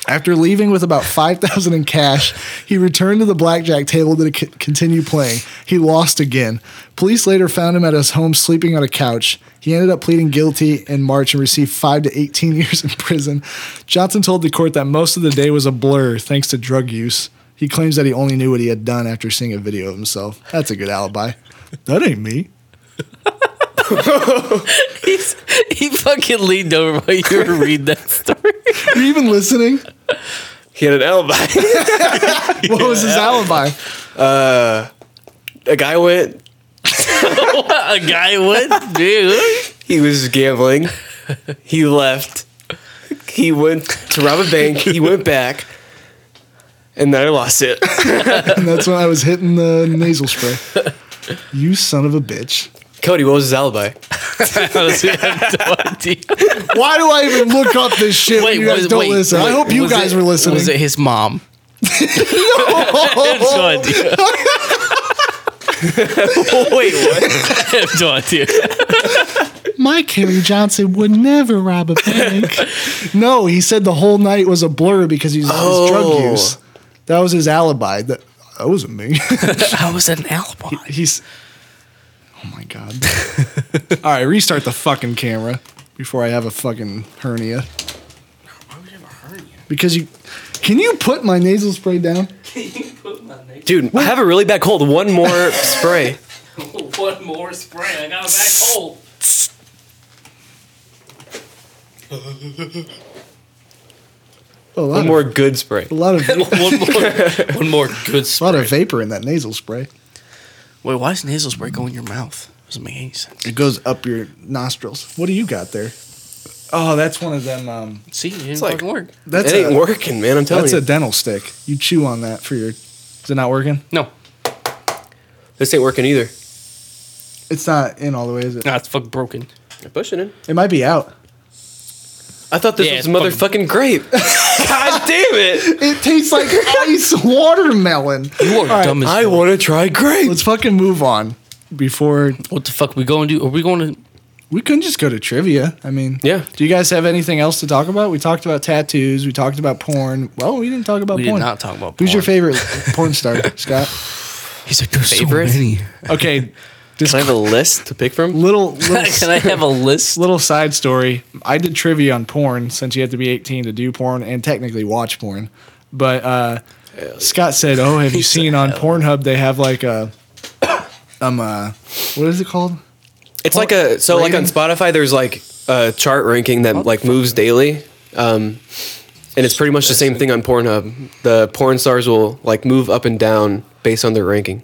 E: After leaving with about 5000 in cash, he returned to the blackjack table to c- continue playing. He lost again. Police later found him at his home sleeping on a couch. He ended up pleading guilty in March and received 5 to 18 [LAUGHS] years in prison. Johnson told the court that most of the day was a blur thanks to drug use. He claims that he only knew what he had done after seeing a video of himself. That's a good alibi. That ain't me.
C: [LAUGHS] He's- he fucking leaned over while you were reading that story.
E: Are you even listening?
B: [LAUGHS] He had an alibi.
E: What was his alibi?
B: a guy went.
C: A guy would, [LAUGHS] dude.
B: He was gambling. He left. He went to rob a bank. He went back, and then I lost it.
E: And that's when I was hitting the nasal spray. You son of a bitch.
B: Cody, what was his alibi?
C: Honestly, I have no idea.
E: Why do I even look up this shit when you guys
C: was-
E: don't listen? I
C: wait,
E: hope you
C: was
E: guys
C: it-
E: were listening.
C: Was it his [LAUGHS] mom? I have no idea.
B: [LAUGHS] Wait, what?
C: I have no idea.
E: My Kerry Johnson would never rob a
C: [LAUGHS]
E: bank. no, he said the whole night was a blur because he's his drug
B: Oh.
E: use. That was his alibi. That, that wasn't me. [LAUGHS]
C: How was that an alibi?
E: He's. Oh my god. [LAUGHS] All right, restart the fucking camera before I have a fucking hernia. Because you. Can you put my nasal spray down?
B: Dude, I have a really bad cold. One more spray.
C: [LAUGHS] One more spray. I got a back hole.
E: Oh, a lot,
B: One
E: of,
B: more good spray.
E: a
B: [LAUGHS]
E: lot of a
C: [LAUGHS] One more, one more good
E: lot
C: spray.
E: of vapor in that nasal spray.
C: Wait, why is nasal spray going in your mouth? Doesn't make any sense.
E: It goes up your nostrils. What do you got there? Oh, that's one of them. Um,
C: See, it didn't
B: like-
C: fucking work.
E: that's
B: it ain't
E: a,
B: working, man. I'm telling
E: that's
B: you.
E: a dental stick. You chew on that for your. Is it not working?
C: No,
B: this ain't working either.
E: It's not in all the way, is it?
C: no, it's fucking broken.
B: You're pushing it.
E: It might be out.
B: I thought this
C: Yeah,
B: was
C: it's
B: motherfucking grape. [LAUGHS] God damn it.
E: It tastes [LAUGHS] like ice watermelon.
C: You are
E: All right,
C: dumb as
B: I
C: fuck.
B: want to try grape.
E: Let's fucking move on. Before
C: What the fuck we going to do? Are we going to?
E: we couldn't just go to trivia. I mean,
B: Yeah.
E: Do you guys have anything else to talk about? We talked about tattoos. We talked about porn. Well, we didn't talk about
C: We did
E: porn.
C: not talk about.
E: Who's your
C: porn.
E: favorite porn
C: [LAUGHS]
E: star, Scott?
C: He's like, there's
B: Favorite?
C: so many.
H: okay.
B: Can I have a list to pick from?
E: Little little,
C: [LAUGHS] [LAUGHS] Can I have a list?
E: little side story. I did trivia on porn since you had to be 18 to do porn and technically watch porn. But uh, Scott said, "Oh,
C: [LAUGHS]
E: have you seen on Pornhub they have like a um uh what is it called?
B: It's like
E: Oh,
B: a so like on
E: Rating?
B: Spotify. There's like a chart ranking
E: Oh.
B: that like moves daily, um, and it's pretty much the same thing on Pornhub. The porn stars will like move up and down based on their ranking.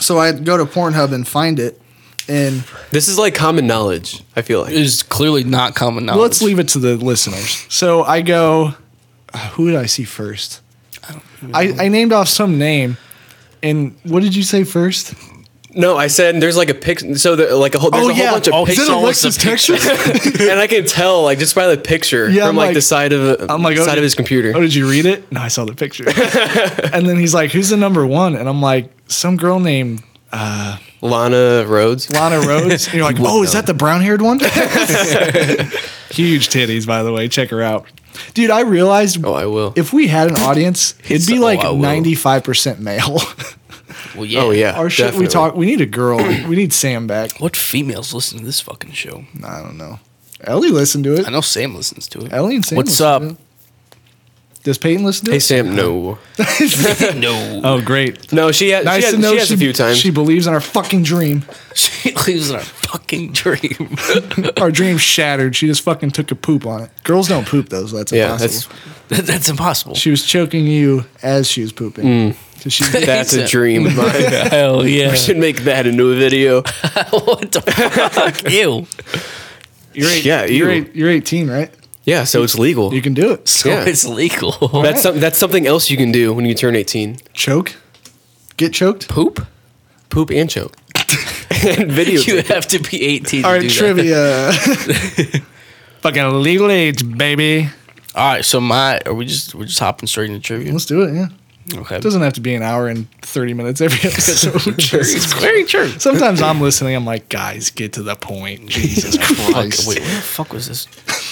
E: So I'd go to Pornhub and find it, and
B: This is like common knowledge. I feel like
C: Is clearly not common knowledge.
E: Well, let's leave it to the listeners. So I go, who did I see first? I, I named off some name, and what did you say first?
B: no. I said there's like a pic. So the, like a whole there's a whole bunch of
E: oh, is
B: pictures,
E: it
C: always
E: Alexis
B: [LAUGHS]
C: the
E: Texas?
B: and I can tell like just by the picture
E: Yeah,
B: from
E: I'm
B: like,
E: like-
B: the side of
E: I'm like, oh,
B: side
E: did-
B: of his computer.
E: oh, did you read
B: [LAUGHS]
E: it? No, I saw the picture. and then he's like, who's the number one? And I'm like, some girl named
B: Lana Rhodes. [LAUGHS]
H: Lana Rhodes. And you're like, oh, is that the brown
E: [LAUGHS]
H: haired one? Huge titties, by the way. Check her out.
E: Dude, I realized
B: Oh, I will.
E: if we had an audience, it'd be
B: So-
E: like
B: oh, I will.
E: 95% male.
C: Well, yeah.
B: oh yeah.
E: Our shit, we
B: definitely.
E: talk. We need a
B: [CLEARS THROAT]
E: girl. we need Sam back.
C: What females listen to this fucking show?
E: I don't know. Ellie listened to it.
C: I know Sam listens to it. [LAUGHS]
E: Ellie and Sam.
C: What's
E: listened
C: up?
E: to it. Does Peyton listen to
B: Hey
E: it?
B: Sam, no,
C: no. [LAUGHS]
H: Oh, great.
B: no, she has.
E: Nice
B: she, has,
E: to know
B: she has a few times.
E: She believes in our fucking dream.
C: She lives in our fucking dream. [LAUGHS]
E: Our dream shattered. She just fucking took a poop on it. Girls don't poop though, so that's
B: yeah,
E: impossible.
B: that's
C: That- That's impossible.
E: she was choking you as she was pooping.
B: Mm.
E: 'Cause she-
B: that's a dream. of mine. [LAUGHS]
E: [LAUGHS]
C: Hell yeah.
B: I should make that into a video.
C: [LAUGHS] what the fuck? Ew.
E: You're eight, [LAUGHS]
B: Yeah,
E: you're,
B: you.
E: eight, you're 18, right?
B: Yeah, so it's legal.
E: You can do it.
C: So
B: Yeah.
C: it's legal.
B: That's something. That's something else you can do when you turn eighteen.
E: Choke. Get choked.
C: poop.
B: Poop and
E: [LAUGHS]
B: choke. [LAUGHS] and video.
C: [LAUGHS] You have to be 18
E: All
C: to
E: right,
C: do that.
E: trivia.
B: [LAUGHS]
E: [LAUGHS]
H: Fucking legal age, baby.
C: All right, so my are we just we're just hopping straight into trivia?
E: Let's do it. Yeah,
C: Okay.
E: it doesn't have to be an hour and 30 minutes
C: [LAUGHS]
E: every episode.
C: it's very true.
H: Sometimes I'm listening. I'm like, guys, get to
C: [LAUGHS]
H: the point. Jesus
C: Fuck,
H: Christ.
C: wait, where the fuck was this?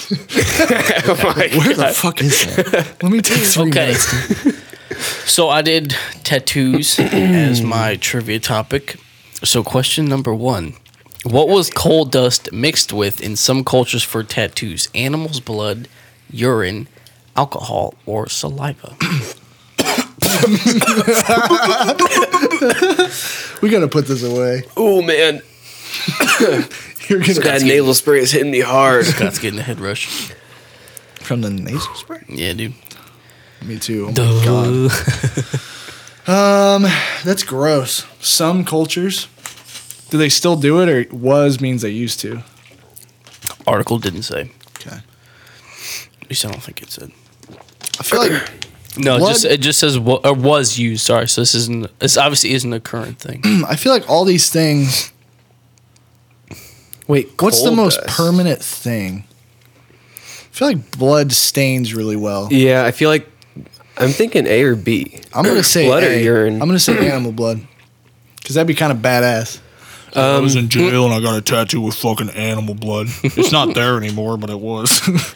E: Oh Where the fuck is that? Let me take three
C: Okay.
E: minutes.
C: [LAUGHS] so I did tattoos as my trivia topic. So question number one. What was coal dust mixed with in some cultures for tattoos? Animals' blood, urine, alcohol, or saliva? [COUGHS]
E: We gotta put this away. [LAUGHS]
B: Oh man,
E: You're gonna
B: that nasal spray is hitting me
E: [LAUGHS]
B: hard.
C: Scott's getting a head rush.
E: from the nasal spray.
C: Yeah, dude.
E: Me too. Oh my God. That's gross. Some cultures,
H: Do they still do it, or was means they used to?
C: Article didn't say.
E: okay.
C: At least I don't think it said.
E: I feel like [CLEARS THROAT]
C: No, it
E: Blood-
C: just it just says wa- or was used. Sorry, so this isn't this obviously isn't a current thing.
E: [COUGHS] I feel like all these things.
B: Wait,
E: What's the
B: coal
E: most
B: dust.
E: permanent thing? I feel like blood stains really well.
B: Yeah, I feel like I'm thinking A or B.
E: I'm
B: [CLEARS THROAT]
E: gonna say
B: blood or
E: A.
B: urine.
E: I'm gonna say animal blood because that'd be kind of badass.
H: I was in jail and I got a tattoo with fucking animal blood. It's not there anymore, but it was. [LAUGHS]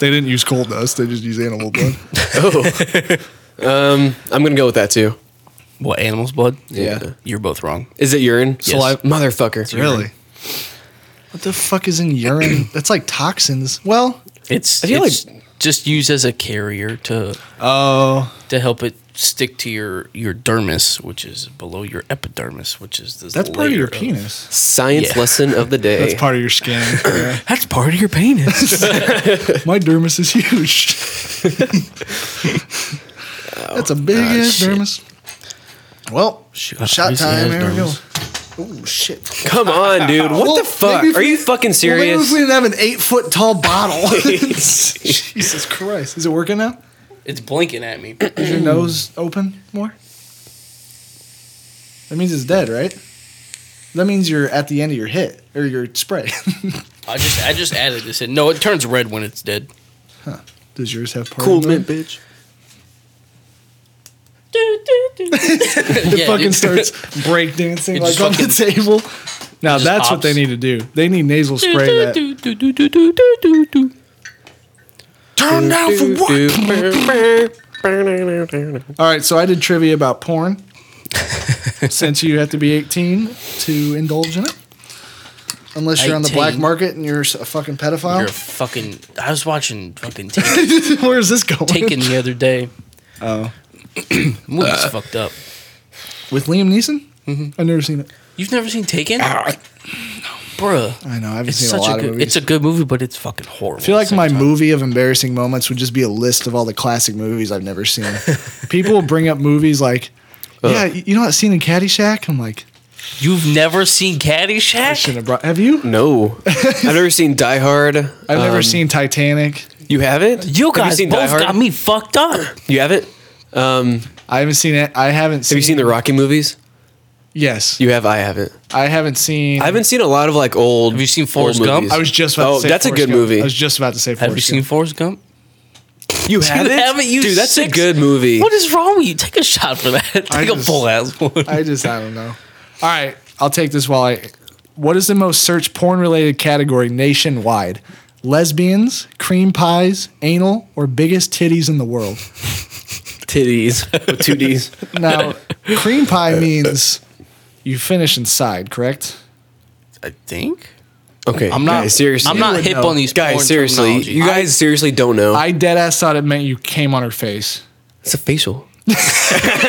E: They didn't use coal dust; they just use animal blood.
B: Oh.
E: [LAUGHS]
B: [LAUGHS] Um, I'm gonna go with that too.
C: What animal's blood?
B: Yeah.
C: You're both wrong.
B: Is it urine?
C: Saliva-
B: Motherfucker.
E: really? What the fuck is in urine? That's like toxins. Well,
C: It's,
B: I feel
C: it's just used as a carrier to
H: Oh,
C: to help it stick to your your dermis, which is below your epidermis, which is this
E: that's part of your
C: layer
E: penis.
B: Science
C: Yeah.
B: lesson
E: [LAUGHS]
B: of the day.
H: that's part of your skin. Yeah.
C: That's part of your penis.
E: My dermis is huge. [LAUGHS] That's a big
C: Ah,
E: ass
C: shit.
E: dermis. Well, [LAUGHS]
C: Shoot,
E: shot
C: crazy
E: time.
C: ass
E: Here we go.
C: dermis.
E: Oh shit!
B: Come on,
E: [LAUGHS]
B: dude. What
E: Well,
B: the fuck?
E: maybe if
B: Are
E: we-
B: you fucking
E: Well, maybe if
B: serious?
E: we didn't have an eight foot tall bottle.
C: [LAUGHS]
E: [LAUGHS] Jesus Christ! Is it working now?
C: it's blinking at me.
E: Is your nose open more? That means it's dead, right? That means you're at the end of your hit or your spray. [LAUGHS]
C: I just I just added this in. No, it turns red when it's dead.
E: Does yours have part?
B: cool
E: in them?
B: mint, bitch.
C: It
E: Fucking
C: [LAUGHS]
E: starts breakdancing
C: It
E: like
C: just
E: on
C: fucking-
E: the
C: [LAUGHS]
E: table.
H: Now
C: Just
H: that's
C: pops.
H: what they need to do. They need nasal spray that.
E: Turn down for what? All right, so I did trivia about porn. since you have to be 18 to indulge in it, unless you're on the black
C: 18.
E: market and you're s- a fucking pedophile.
C: You're a fucking. I was watching fucking Taken,
E: [LAUGHS] Where is this going?
C: Taken the other day. Oh, [CLEARS THROAT] movie's fucked up.
E: With Liam Neeson? I've never seen it.
C: You've never seen Taken, bruh?
E: Ah. I know. I haven't
C: It's
E: seen
C: such
E: a lot
C: a
E: of
C: good.
E: movies.
C: It's a good movie, but it's fucking horrible.
E: I feel
C: at
E: like
C: the
E: my
C: same time.
E: movie of embarrassing moments would just be a list of all the classic movies I've never seen. People will bring up movies like, yeah, y- you know that scene in Caddyshack? I'm like,
C: You've never seen
E: I should
C: Caddyshack?
E: have brought. Have you?
B: [LAUGHS] No. I've never seen Die Hard. I've
E: I've never seen Titanic.
B: You haven't?
C: You
B: Have
C: guys
B: seen Die
C: both
B: Hard?
C: got me fucked up.
B: You haven't? Um,
E: I haven't seen it. I haven't. Seen,
B: have you seen the Rocky movies?
E: Yes,
B: You have. I haven't.
E: I haven't seen.
B: I haven't seen a lot of like old.
C: Have you seen
B: old
C: Forrest Gump?
B: movies.
H: I was just about
B: Oh,
H: to say.
B: that's a
H: Forrest
B: good
H: Gump.
B: movie.
H: I was just about to say.
C: Have you seen Forrest Gump?
B: you haven't?
C: haven't you
B: Dude, that's
C: sick-
B: a good movie.
C: What is wrong with you? Take a shot for that. Take a
E: just-
C: full ass one.
E: I just. I don't know.
H: All right.
E: I'll take this while I. What is the most searched porn related category nationwide? Lesbians, cream pies, anal, or biggest titties in the world?
B: Titties with
C: [LAUGHS]
B: two D's. [LAUGHS]
E: Now, cream pie means you finish inside, correct?
C: I think.
B: Okay,
C: I'm not
B: guys, seriously.
C: I'm not
E: would
C: hip
E: know.
C: on these
B: guys.
C: porn
B: Seriously,
C: terminology.
B: you guys seriously don't know.
E: I dead ass thought it meant you came on her face.
B: it's a
C: [LAUGHS]
B: facial.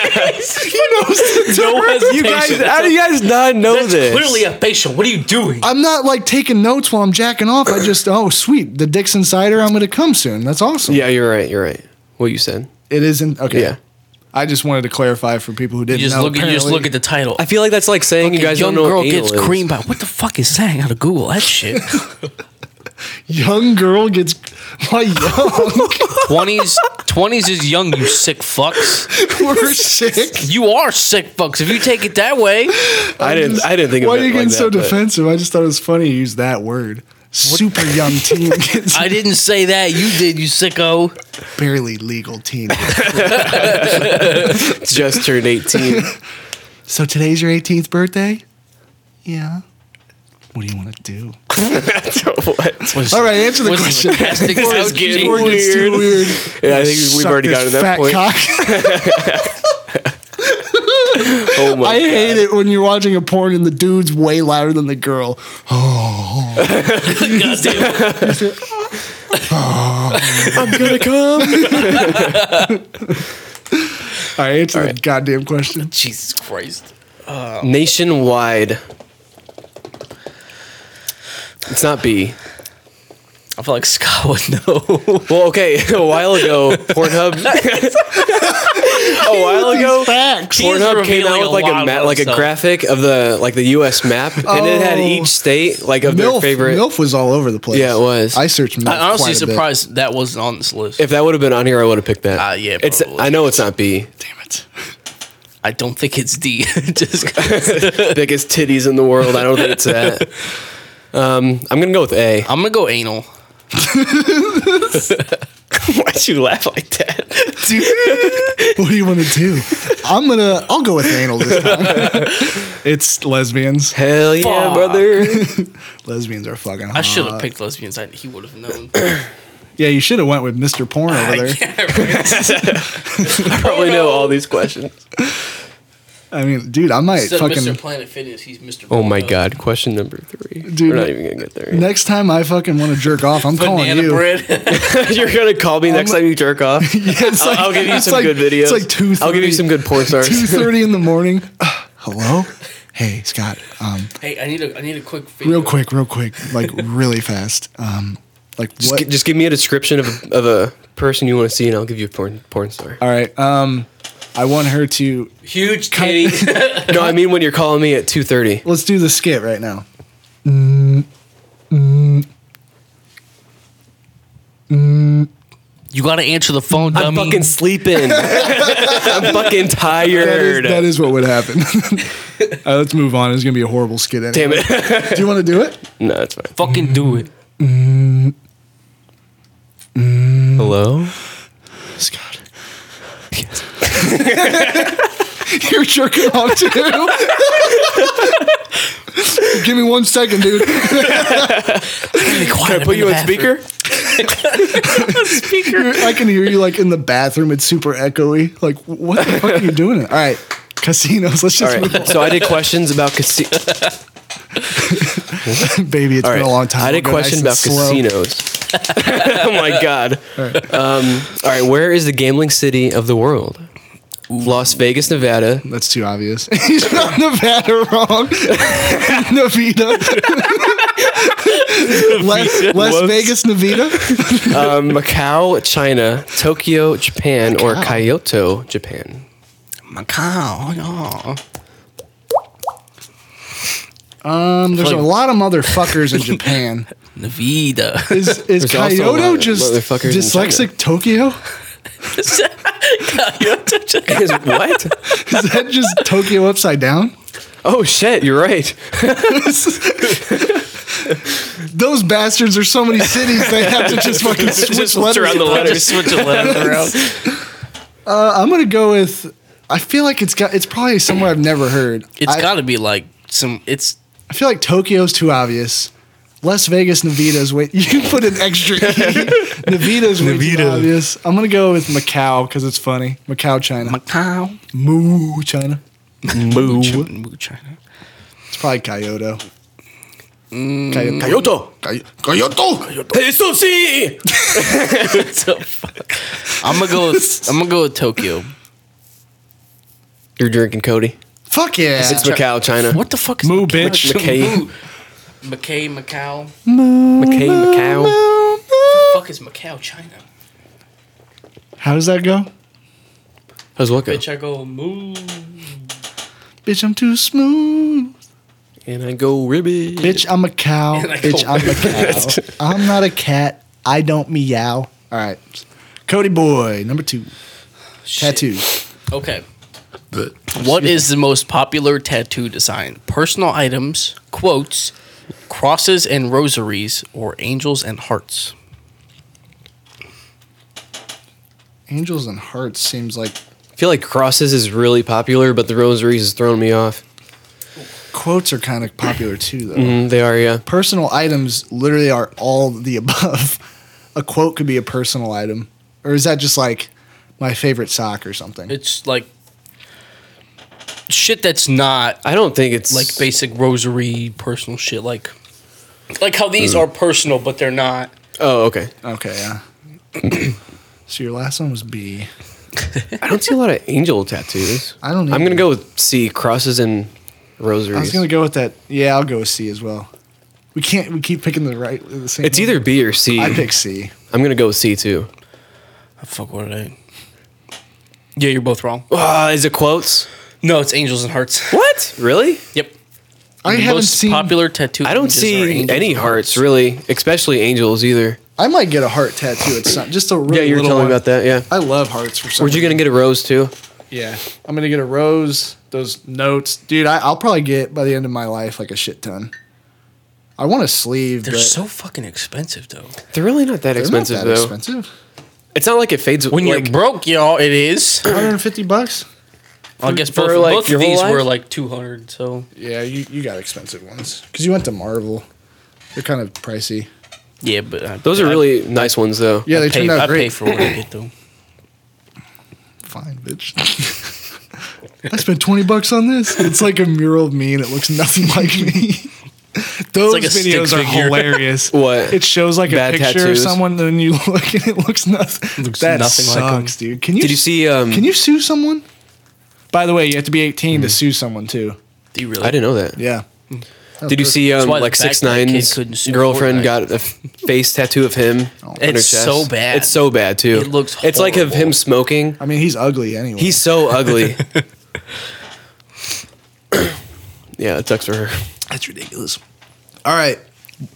E: No
B: [LAUGHS] You guys, how do you guys not know
C: That's
B: this?
C: clearly a facial. What are you doing?
E: I'm not like taking notes while I'm jacking off. I just, oh, sweet. The dick's inside her. I'm going to come soon. That's awesome.
B: yeah, you're right. You're right. What you said.
E: It isn't. Okay.
B: Yeah.
E: I just wanted to clarify for people who
C: You
E: didn't
C: just
E: know.
C: look. At, you just
E: apparently-
C: look at the title.
B: I feel like that's like saying you guys
C: young
B: don't know
C: girl
B: what anal
C: gets
B: is.
C: cream pie. What the fuck is that? I gotta Google that shit.
E: Young girl gets. Why young? [LAUGHS]
C: Twenties, twenties is young. You sick fucks.
E: We're sick.
C: You are sick fucks if you take it that way.
B: I didn't. I didn't think.
E: Why
B: of
E: are
B: it
E: you
B: like
E: getting so
B: that, but-
E: defensive? I just thought it was funny to use that word. Super
C: [LAUGHS]
E: young teen gets
C: I didn't say that. You did. You sicko.
E: barely legal teen.
B: Just turned [LAUGHS] eighteen.
E: So today's your 18th birthday? Yeah. What do you want to do?
B: what?
E: All right, answer the
C: What's this,
E: question.
C: plastic
B: is
C: surgery?
B: getting
E: Before it gets too weird.
B: Yeah, I think we've
E: Suck
B: already
E: this
B: gotten to that
E: fat
B: point.
E: cock.
B: Oh my
E: I hate it when you're watching a porn and the dude's way louder than the girl. [LAUGHS]
C: Goddamn.
E: I'm gonna [LAUGHS] come. All right, answer the goddamn question.
C: Jesus Christ.
B: Nationwide. It's not B.
C: I feel like Scott
B: [LAUGHS]
C: would know.
B: Well, okay, a while ago, Pornhub. [LAUGHS] a while ago,
E: Facts.
B: [LAUGHS] Pornhub came out
C: revealing
B: with
C: a
B: like
C: lot
B: a
C: of
B: map,
C: that
B: like a
C: stuff.
B: graphic of the like the U.S. map, and it had
E: Oh.
B: each state like of their
E: MILF,
B: favorite.
E: MILF was all over the place.
B: Yeah, it was.
E: I searched MILF.
C: I'm honestly
E: quite a bit.
C: surprised that wasn't on this list.
B: If that would have been on here, I would have picked that.
C: Ah, yeah,
B: it's.
C: probably.
B: I know it's not
C: [LAUGHS]
B: B.
E: Damn it.
C: I don't think it's D. [LAUGHS] Just
B: [LAUGHS]
C: 'cause-
B: Biggest titties in the world. I don't think it's
C: [LAUGHS]
B: that. Um, I'm gonna go with A.
C: I'm gonna go anal.
B: [LAUGHS] Why'd you laugh like that?
E: What do you want to do? I'm gonna. I'll go with anal this time. [LAUGHS]
H: It's lesbians.
B: Hell yeah,
C: Fuck. [LAUGHS]
B: brother!
E: Lesbians are fucking. Hot.
C: I should have picked lesbians. I, he would have
E: [LAUGHS]
C: known. [LAUGHS]
H: Yeah, you should have went with Mr. Porn over there.
B: I probably know all these questions.
E: I mean, dude, I might
C: Instead
E: fucking.
C: of Mr. Planet Fitness, he's Mr.
B: Oh my
C: Banana.
B: god! Question number three.
E: Dude,
B: We're not
E: ne-
B: even gonna get there. [LAUGHS]
E: Next time I fucking want to jerk off, I'm calling
C: Banana
E: you.
C: bread.
B: You're gonna call me next time you jerk off.
E: [LAUGHS] It's
B: I'll, I'll give you
E: it's
B: some
E: like-
B: good videos.
E: It's like two.
B: I'll give you some good porn
E: [LAUGHS]
B: stars.
E: Two thirty in the
B: [LAUGHS]
E: morning. Uh, hello. Hey Scott. Um,
C: hey, I need a I need a quick video.
E: real quick, real quick, like really fast. Um, like
B: Just,
E: what?
B: gi- just give me a description of a, of a person you want to see, and I'll give you a porn porn star.
E: All right. Um, I want her to.
C: Huge titty.
B: [LAUGHS] No, I mean when you're calling me at two thirty.
E: Let's do the skit right now.
C: you gotta answer the phone,
B: I'm
C: dummy.
E: [LAUGHS]
B: fucking sleeping. I'm fucking tired.
E: That is, that is what would happen. [LAUGHS] All right, let's move on. It's gonna be a horrible skit. Anyway.
B: Damn it. [LAUGHS]
E: Do you want to do it? [LAUGHS]
B: no, it's fine.
C: fucking do it.
B: Hello.
E: Scott. You're jerking off too. [LAUGHS] Give me one second, dude.
B: [LAUGHS] Can I put you on speaker?
E: I can hear you like in the bathroom. It's super echoey. Like, what the fuck are you doing? All right, casinos. Let's
B: All
E: just move
B: right. So I did questions about casino.
E: on, [LAUGHS] baby. It's
B: All right.
E: been a long time.
B: I did
E: We'll go
B: question about
E: nice and slow.
B: casinos. [LAUGHS] oh my god. Um, all right. Where is the gambling city of the world? Las Vegas, Nevada.
E: That's too obvious. [LAUGHS] He's not Nevada wrong. [LAUGHS]
B: [LAUGHS]
E: Nevada. Las, Las
B: Whoops.
E: Vegas, Nevada.
B: Um, Macau, China. Tokyo, Japan. Or Kyoto, Japan. [LAUGHS]
C: Macau. No.
E: Um, there's a lot
B: Like-
E: of motherfuckers in Japan.
C: Nevada.
B: [LAUGHS]
E: Is is
B: There's also a lot
E: Kyoto
B: of
E: just
B: motherfuckers in
E: dyslexic Tokyo?
B: Is- what?
E: Is that just Tokyo upside down?
B: Oh shit! You're right.
E: Those bastards are so many cities they have to just fucking switch
B: [LAUGHS] Just
E: letters.
B: around the letters.
C: Switch a letter around.
E: Uh, I'm gonna go with I feel like it's got it's probably somewhere I've never heard.
C: [CLEARS THROAT] It's
E: I,
C: got to be like some. It's
E: I feel like Tokyo's too obvious. Las Vegas Nevada's way [LAUGHS] you put an
C: [LAUGHS]
E: extra E. Nevada's way too
H: Nevada.
E: obvious. I'm gonna go with Macau because it's funny. Macau, China.
C: Macau,
E: Moo, China.
C: Moo, Moo, China.
E: It's probably Kyoto.
C: Mm.
B: Kyoto.
E: Kyoto.
B: Eso sí.
C: What the fuck? I'm gonna
B: [LAUGHS]
C: go. With, I'm gonna go with Tokyo.
B: You're drinking Cody.
E: Fuck yeah.
B: It's Macau, China.
C: What the fuck? Is
H: Moo,
C: Macau?
H: bitch.
B: McKay.
C: Moo. McKay, Macau.
B: McKay, Macau.
C: fuck is Macau, China?
E: How does that go?
B: How's what go?
C: Bitch, I go Moo.
E: Bitch, I'm too smooth.
B: And I go ribbit.
E: Bitch, I'm a cow.
C: [LAUGHS] And I go-
E: Bitch, I'm a cow. I'm not a cat. I don't meow. All right. Cody boy, number two. Tattoos.
C: Okay. What is the most popular tattoo design? Personal items, quotes, crosses and rosaries, or angels and hearts?
E: Angels and hearts seems like
B: I feel like crosses is really popular, but the rosaries is throwing me off.
E: quotes are kind of popular too though.
B: Mm, they are, yeah.
E: Personal items literally are all the [LAUGHS] above. A quote could be a personal item. Or is that just like my favorite sock or something?
C: It's like shit that's not
B: I don't think it's
C: like basic rosary personal shit like like how these are personal but they're not.
B: Oh, okay.
E: okay, yeah. so your last one was B.
B: I don't see a lot of angel tattoos.
E: I don't
B: I'm
E: either.
B: gonna go with C crosses and rosaries.
E: I was gonna go with that. Yeah, I'll go with C as well. We can't. We keep picking the right. The same
B: It's
E: one.
B: either B or C.
E: I pick C.
B: I'm gonna go with C too.
C: Oh, fuck what are they? Yeah, you're both wrong.
B: Ah, is it quotes?
C: No, it's angels and hearts.
B: What? Really?
C: Yep.
E: I
C: The
E: haven't
C: most
E: seen.
C: popular tattoo.
B: I don't
C: images are
B: see
C: angels
B: any
C: and
B: hearts really, especially angels either.
E: I might get a heart tattoo at some. Just a really
B: yeah, you were
E: little
B: telling
E: one.
B: me about that. Yeah.
E: I love hearts for some.
B: Were you gonna get a rose too?
E: Yeah, I'm gonna get a rose. Those notes, dude. I, I'll probably get by the end of my life like a shit ton. I want a sleeve.
C: They're
E: but
C: so fucking expensive though.
B: They're really not
E: they're
B: that
E: not
B: expensive
E: that
B: though.
E: Expensive.
B: It's not like it fades.
C: When
B: like,
C: you're broke, y'all, it is.
E: 150 bucks.
C: I guess
B: for,
C: both,
B: like,
C: both
B: your
C: of
B: whole
C: these were
B: life?
C: like 200. So
E: Yeah, you, you got expensive ones because you went to Marvel. They're kind of pricey.
C: yeah, but I,
B: those are
C: I-
B: really nice ones though.
E: Yeah,
C: I
E: they
C: pay,
E: turned out
C: I
E: great.
C: pay for what I get though.
E: fine,
H: [LAUGHS]
E: bitch. I spent 20 bucks on this. It's like a mural of me and it looks nothing like me.
H: Those
C: like a stick
H: videos are
C: figure.
H: hilarious.
B: What?
H: It shows like
B: Bad
H: a picture of
B: tattoos.
H: someone, then you [LAUGHS] look and it looks nothing.
C: Looks
H: that
C: nothing like
H: sucks, dude. Can you?
B: Did you see? Um,
E: Can you sue someone?
H: By the way, you have to be 18 to sue someone too.
C: Do you really?
B: I didn't know that.
E: Yeah. Oh,
B: Did you see um,
C: why the
B: like
C: back
B: six
C: of that kid
B: nine's
C: couldn't sue
B: girlfriend
C: Fortnite.
B: got a f- face tattoo of him?
E: Oh.
B: on her
C: It's
B: chest?
C: so bad.
B: It's so bad too.
C: It looks
B: It's like of him
C: horrible.
B: smoking.
E: I mean, he's ugly anyway.
B: He's so
C: [LAUGHS]
B: ugly. [COUGHS] yeah, it sucks for her.
E: That's ridiculous. All right.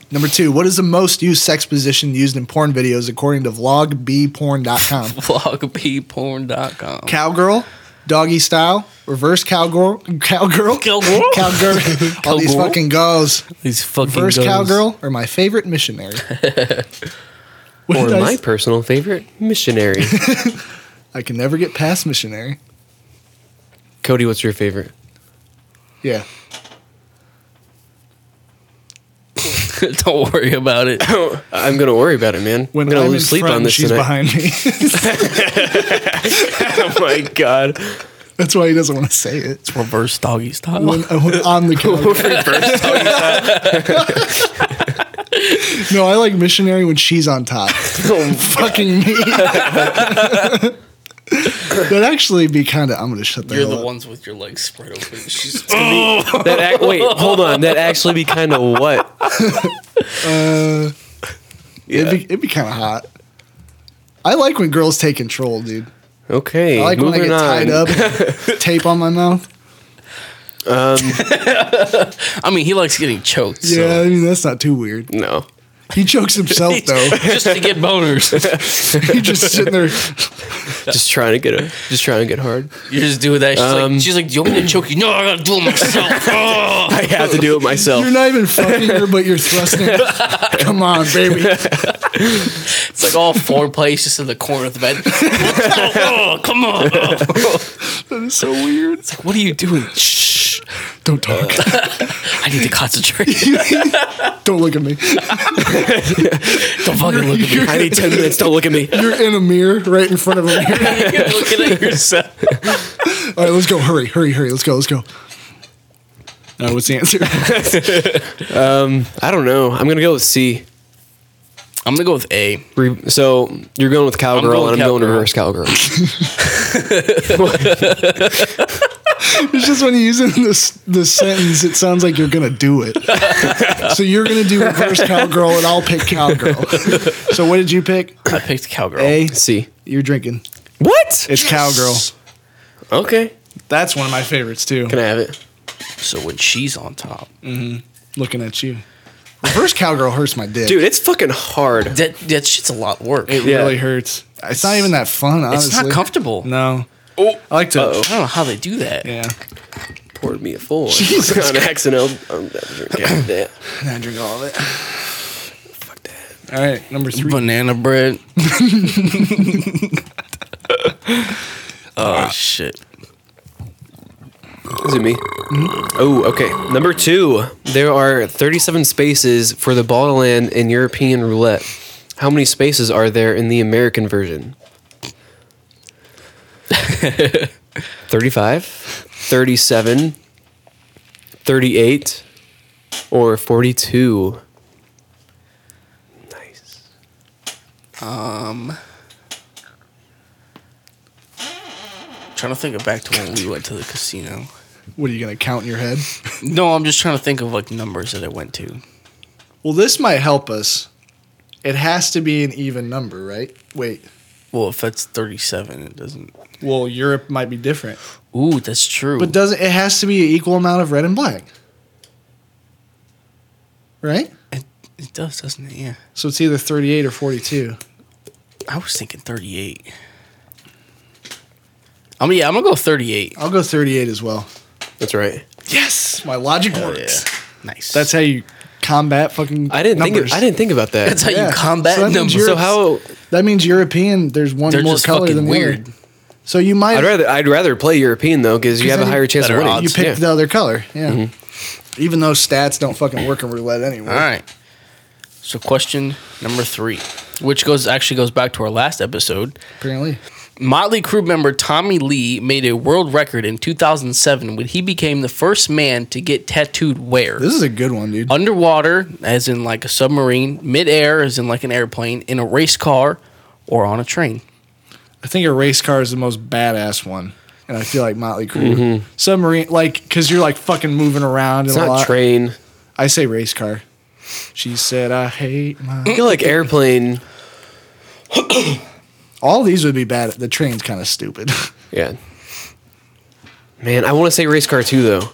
E: Number two, what is the most used sex position used in porn videos according to
H: [LAUGHS]
E: vlogbporn.com?
C: Vlogbeporn.com.
E: cowgirl, doggy style, reverse cowgirl, cowgirl,
C: Cowgirl?
E: [LAUGHS] cowgirl. All these
C: Cowgirl?
E: fucking girls.
C: These fucking
E: First
C: goes.
E: cowgirl or my favorite
B: [LAUGHS]
E: missionary. [LAUGHS] What
B: Or
E: did I
B: my
E: s-
B: personal favorite,
E: [LAUGHS]
B: missionary.
E: I can never get past missionary.
B: Cody, what's your [LAUGHS] favorite?
E: Yeah.
C: [LAUGHS] Don't worry about
E: [LAUGHS]
C: it.
B: I'm gonna worry about it, man.
H: When
B: I'm gonna
H: I'm in
B: lose sleep
H: front,
B: on this
H: she's
B: tonight.
H: behind me.
B: [LAUGHS] Oh my god.
E: That's why he doesn't want to say it.
C: Reverse doggy
E: When, uh,
C: style.
E: when I'm
C: [LAUGHS]
E: the cowgirl. [LAUGHS] no, I like missionary when she's on
C: [LAUGHS]
E: top. Fucking me. [LAUGHS] That'd actually be kind of. I'm gonna shut the
C: You're
E: hell
C: the
E: up.
C: ones with your legs
E: [LAUGHS]
C: spread open. She's
B: That act, wait, hold on. That actually be kind of
E: [LAUGHS]
B: what?
E: It'd be, it'd be kind of hot. I like when girls take control, dude.
B: Okay.
E: I like when I
B: moving
E: get tied up,
B: on.
E: tape on my
C: [LAUGHS]
E: mouth.
C: I mean, he likes getting choked.
E: Yeah,
C: So. [LAUGHS]
E: I mean that's not too weird.
B: No.
E: He chokes himself though.
C: just to
E: [LAUGHS]
C: get boners.
E: He's just sitting there.
B: just trying to get a, just trying to get hard.
C: You're just doing that. She's,
B: Um,
C: like, she's like, "Do you want me to choke you?" No, I gotta do it [LAUGHS] myself. Oh.
B: I have to do it myself.
E: You're not even fucking her, but you're thrusting. Come on, baby.
C: It's like all four plays just in the corner of the bed. [LAUGHS] oh, oh, come on!
E: That is so weird.
C: It's like, [LAUGHS] what are you doing? Shh!
E: Don't talk.
C: I need
E: [LAUGHS]
C: to concentrate.
E: Don't look at me.
C: Don't fucking look at me.
B: I need ten minutes. Don't look at me.
E: You're in a mirror right in front of a mirror.
C: [LAUGHS] You're looking at yourself.
E: All right, let's go. Hurry, hurry, hurry. Let's go. Let's go.
H: Uh, what's the answer?
B: I don't know. I'm gonna go with C.
C: I'm gonna go with A.
B: Re- so you're going with cowgirl,
C: going
B: and I'm going
C: cowgirl.
B: reverse cowgirl.
E: [LAUGHS] It's just when you use it in this this sentence, it sounds like you're gonna do it. so you're gonna do reverse cowgirl, and I'll pick cowgirl. so what did you pick?
C: I picked cowgirl.
E: A.
B: C.
E: You're drinking.
B: What?
H: It's cowgirl.
B: Okay.
H: That's one of my favorites too.
B: Can I have it?
C: So when she's on top,
E: Looking at you. Reverse cowgirl hurts my dick.
B: Dude, it's fucking hard.
C: that that shit's a lot of work.
H: It
B: Yeah.
H: really hurts.
E: It's not even that fun. Honestly,
C: it's not comfortable.
H: No. I like to.
C: I don't know how they do that.
H: Yeah.
B: Poured me a full. Jesus [LAUGHS] on accident. I'm God damn.
E: I drink all of it. [SIGHS]
H: All right. Number three.
C: Banana [LAUGHS] bread. oh shit!
B: Is it me? Oh, okay. Number two. There are 37 spaces for the ball to land in European roulette. How many spaces are there in the American version? 35, 37, 38, or 42? Nice.
C: trying to think of back to when we went to the casino.
E: What are you gonna count in your head?
C: No, I'm just trying to think of like numbers that I went to.
E: Well, this might help us. It has to be an even number, right? Wait.
C: Well, if that's 37, it doesn't.
E: Well, Europe might be different,
C: Ooh, that's true.
E: but doesn't it has to be an equal amount of red and black? Right.
C: it, it does, doesn't it? Yeah.
E: So it's either 38 or 42.
C: I was thinking 38. I mean, yeah, I'm gonna go 38.
E: I'll go 38 as well.
B: That's right.
E: Yes, my logic works.
C: Nice.
E: That's how you combat fucking.
B: I didn't
E: numbers.
B: think of, I didn't think about that.
C: that's how
E: yeah.
C: you combat
E: So that means
C: numbers.
E: you're-
B: so how
E: That means European. There's one
C: They're
E: more
C: just
E: color
C: fucking
E: than
C: weird.
E: weird. So you might
B: I'd rather I'd rather play European though because you have a
E: then you-
B: higher chance of
C: better
B: winning. Mm-hmm.
C: odds.
E: you pick
B: Yeah.
E: the other color. Yeah. Even though stats don't fucking work in roulette anyway.
C: All right. So question number three, which goes actually goes back to our last episode.
E: Apparently.
C: Motley crew member Tommy Lee made a world record in 2007 when he became the first man to get tattooed where?
E: This is a good one, dude.
C: Underwater, as in like a submarine, midair, as in like an airplane, in a race car, or on a train.
E: I think a race car is the most badass one. And I feel like Motley Crue. Submarine, like, because you're like fucking moving around
B: Mm-hmm. It's
E: and a
B: not
E: lot.
B: [LAUGHS] train.
E: I say race car. She said, I hate my.
B: I feel like airplane.
E: All these would be bad. The train's kind of
B: [LAUGHS]
E: stupid.
B: Yeah. Man, I want to say race car too though.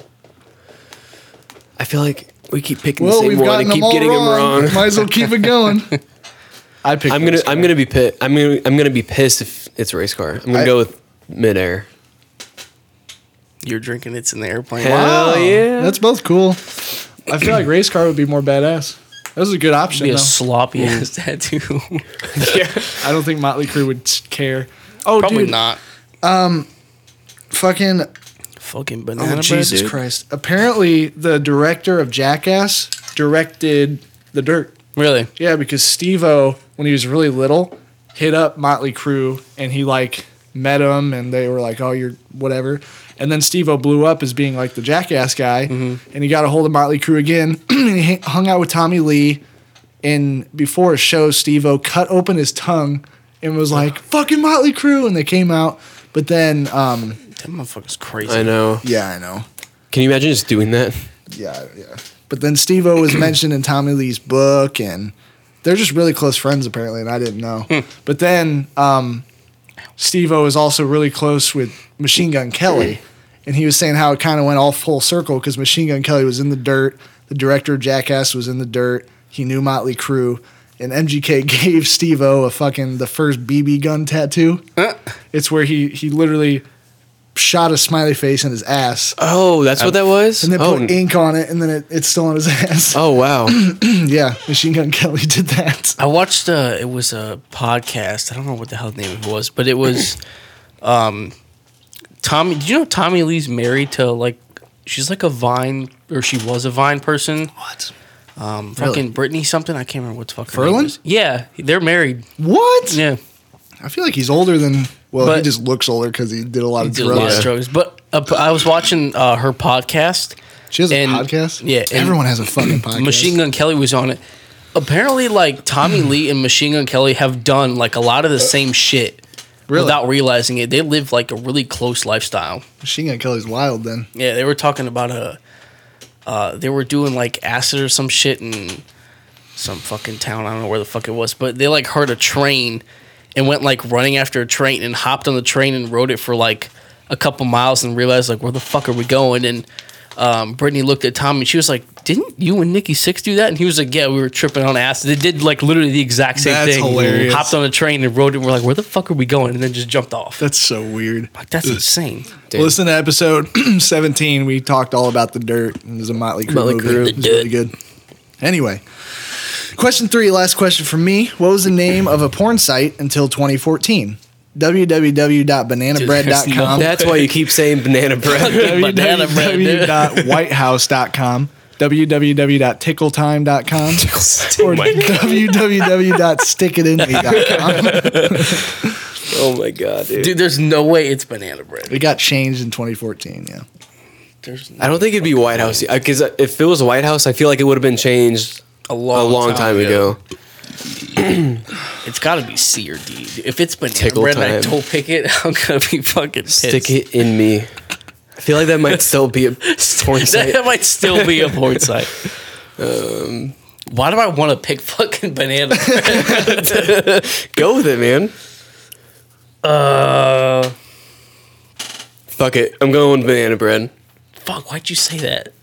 B: I feel like we keep picking the same one and keep getting them wrong.
E: [LAUGHS] Might as well keep it going. I picked.
B: [LAUGHS] I'm gonna
E: race car.
B: I'm gonna be pit. I'm gonna I'm gonna be pissed if it's race car. I'm gonna
E: I-
B: go with midair.
C: You're drinking it's in the airplane.
B: Hell yeah!
E: That's both cool. I feel like race car would be more badass. That was a good option.
C: Be a
E: Though.
C: sloppy ass [LAUGHS] tattoo.
E: I don't think Motley Crue would s- care. Oh,
C: Probably
E: dude,
C: not.
E: Fucking
C: Fucking
E: oh,
C: banana bread.
E: Jesus
C: dude.
E: Christ! Apparently, the director of Jackass directed The Dirt.
C: Really?
E: Yeah, because Steve O, when he was really little, hit up Motley Crue and he like met him and they were like, oh, you're whatever. And then Steve O blew up as being like the jackass guy and he got a hold of Motley Crue again [CLEARS THROAT] and he hung out with Tommy Lee. And before a show, Steve O cut open his tongue and was like, fucking Motley Crue. And they came out. But then, um,
C: That motherfucker's crazy.
B: I know.
E: yeah, I know.
B: Can you imagine just doing that?
E: Yeah, yeah. But then Steve O was [CLEARS THROAT] mentioned in Tommy Lee's book, and they're just really close friends apparently, and I didn't know. But then um, Steve O is also really close with Machine Gun Kelly, and he was saying how it kind of went all full circle because Machine Gun Kelly was in the dirt, the director of Jackass was in the dirt, He knew Motley Crue. And MGK [LAUGHS] gave Steve O a fucking the first BB gun tattoo. It's where he he literally shot a smiley face in his ass
B: Oh, that's what that was.
E: and then
B: oh,
E: put ink on it, and then it, it's still on his [LAUGHS] ass.
B: oh [COUGHS] wow.
E: Yeah, Machine Gun Kelly did that.
C: I watched uh it was a podcast. I don't know what the hell the name of it was, but it was [CLEARS THROAT] um Tommy do you know Tommy Lee's married to like she's like a Vine or she was a Vine person.
E: What?
C: Um fucking Brittany something. I can't remember what the fuck her name
E: Ferland?
C: is. Yeah, they're married.
E: What?
C: Yeah.
E: I feel like he's older than. Well, he
C: But-
E: just looks older because he did a lot of
C: Did a lot
E: drugs.
C: of drugs. But uh, I was watching uh, her podcast.
E: She has a
C: And-
E: podcast.
C: yeah, and-
E: everyone has a
C: [CLEARS THROAT]
E: fucking podcast.
C: Machine Gun Kelly was on it. Apparently, like Tommy Lee and Machine Gun Kelly have done like a lot of the same shit
E: Really?
C: without realizing it. They live like a really close lifestyle.
E: Machine Gun Kelly's wild. Then
C: Yeah, they were talking about a. Uh, they were doing like acid or some shit in some fucking town. I don't know where the fuck it was, but they like heard a train and went like running after a train and hopped on the train and rode it for like a couple miles and realized like where the fuck are we going? And um, Brittany looked at Tom and she was like, "Didn't you and Nikki Six do that?" And he was like, "Yeah, we were tripping on acid. They did like literally the exact same
H: That's
C: thing.
H: hilarious.
C: Hopped on a train and rode it. And we're like, where the fuck are we going? And then just jumped off.
E: that's so weird.
C: like that's insane.
B: Dude.
E: Listen to episode [CLEARS THROAT] 17. We talked all about the dirt. and It was a Motley Crue
C: Motley
E: movie.
C: Crue.
E: It was really good. Anyway, question three, last question from me. What was the name of a porn site until
C: [LAUGHS]
E: 2014? www.bananabread.com.
B: That's why you keep saying banana bread.
C: Banana bread, dude.
E: www.whitehouse.com,
B: [LAUGHS]
E: www.tickletime.com,
B: Oh
E: or www.stickitintme.com.
B: [LAUGHS] [LAUGHS] oh my god, dude.
C: Dude, there's no way it's banana bread.
E: It got changed in 2014, yeah.
C: There's
B: I don't think it'd be White House because if it was White House, I feel like it would have been changed
C: a
B: a
C: long,
B: long time, ago.
C: It's got to be C or D. If it's banana
B: Tickle
C: bread and I
B: time.
C: don't pick it, [LAUGHS] I'm gonna be fucking pissed.
B: Stick it in me. I feel like that might still be a porn site.
C: [LAUGHS] That might still be a
B: [LAUGHS]
C: porn site. Um, Why do I want to pick
B: [LAUGHS]
C: fucking banana bread?
B: Go with it, man.
C: uh,
B: Fuck it. I'm going with banana bread.
C: fuck. Why'd you say that?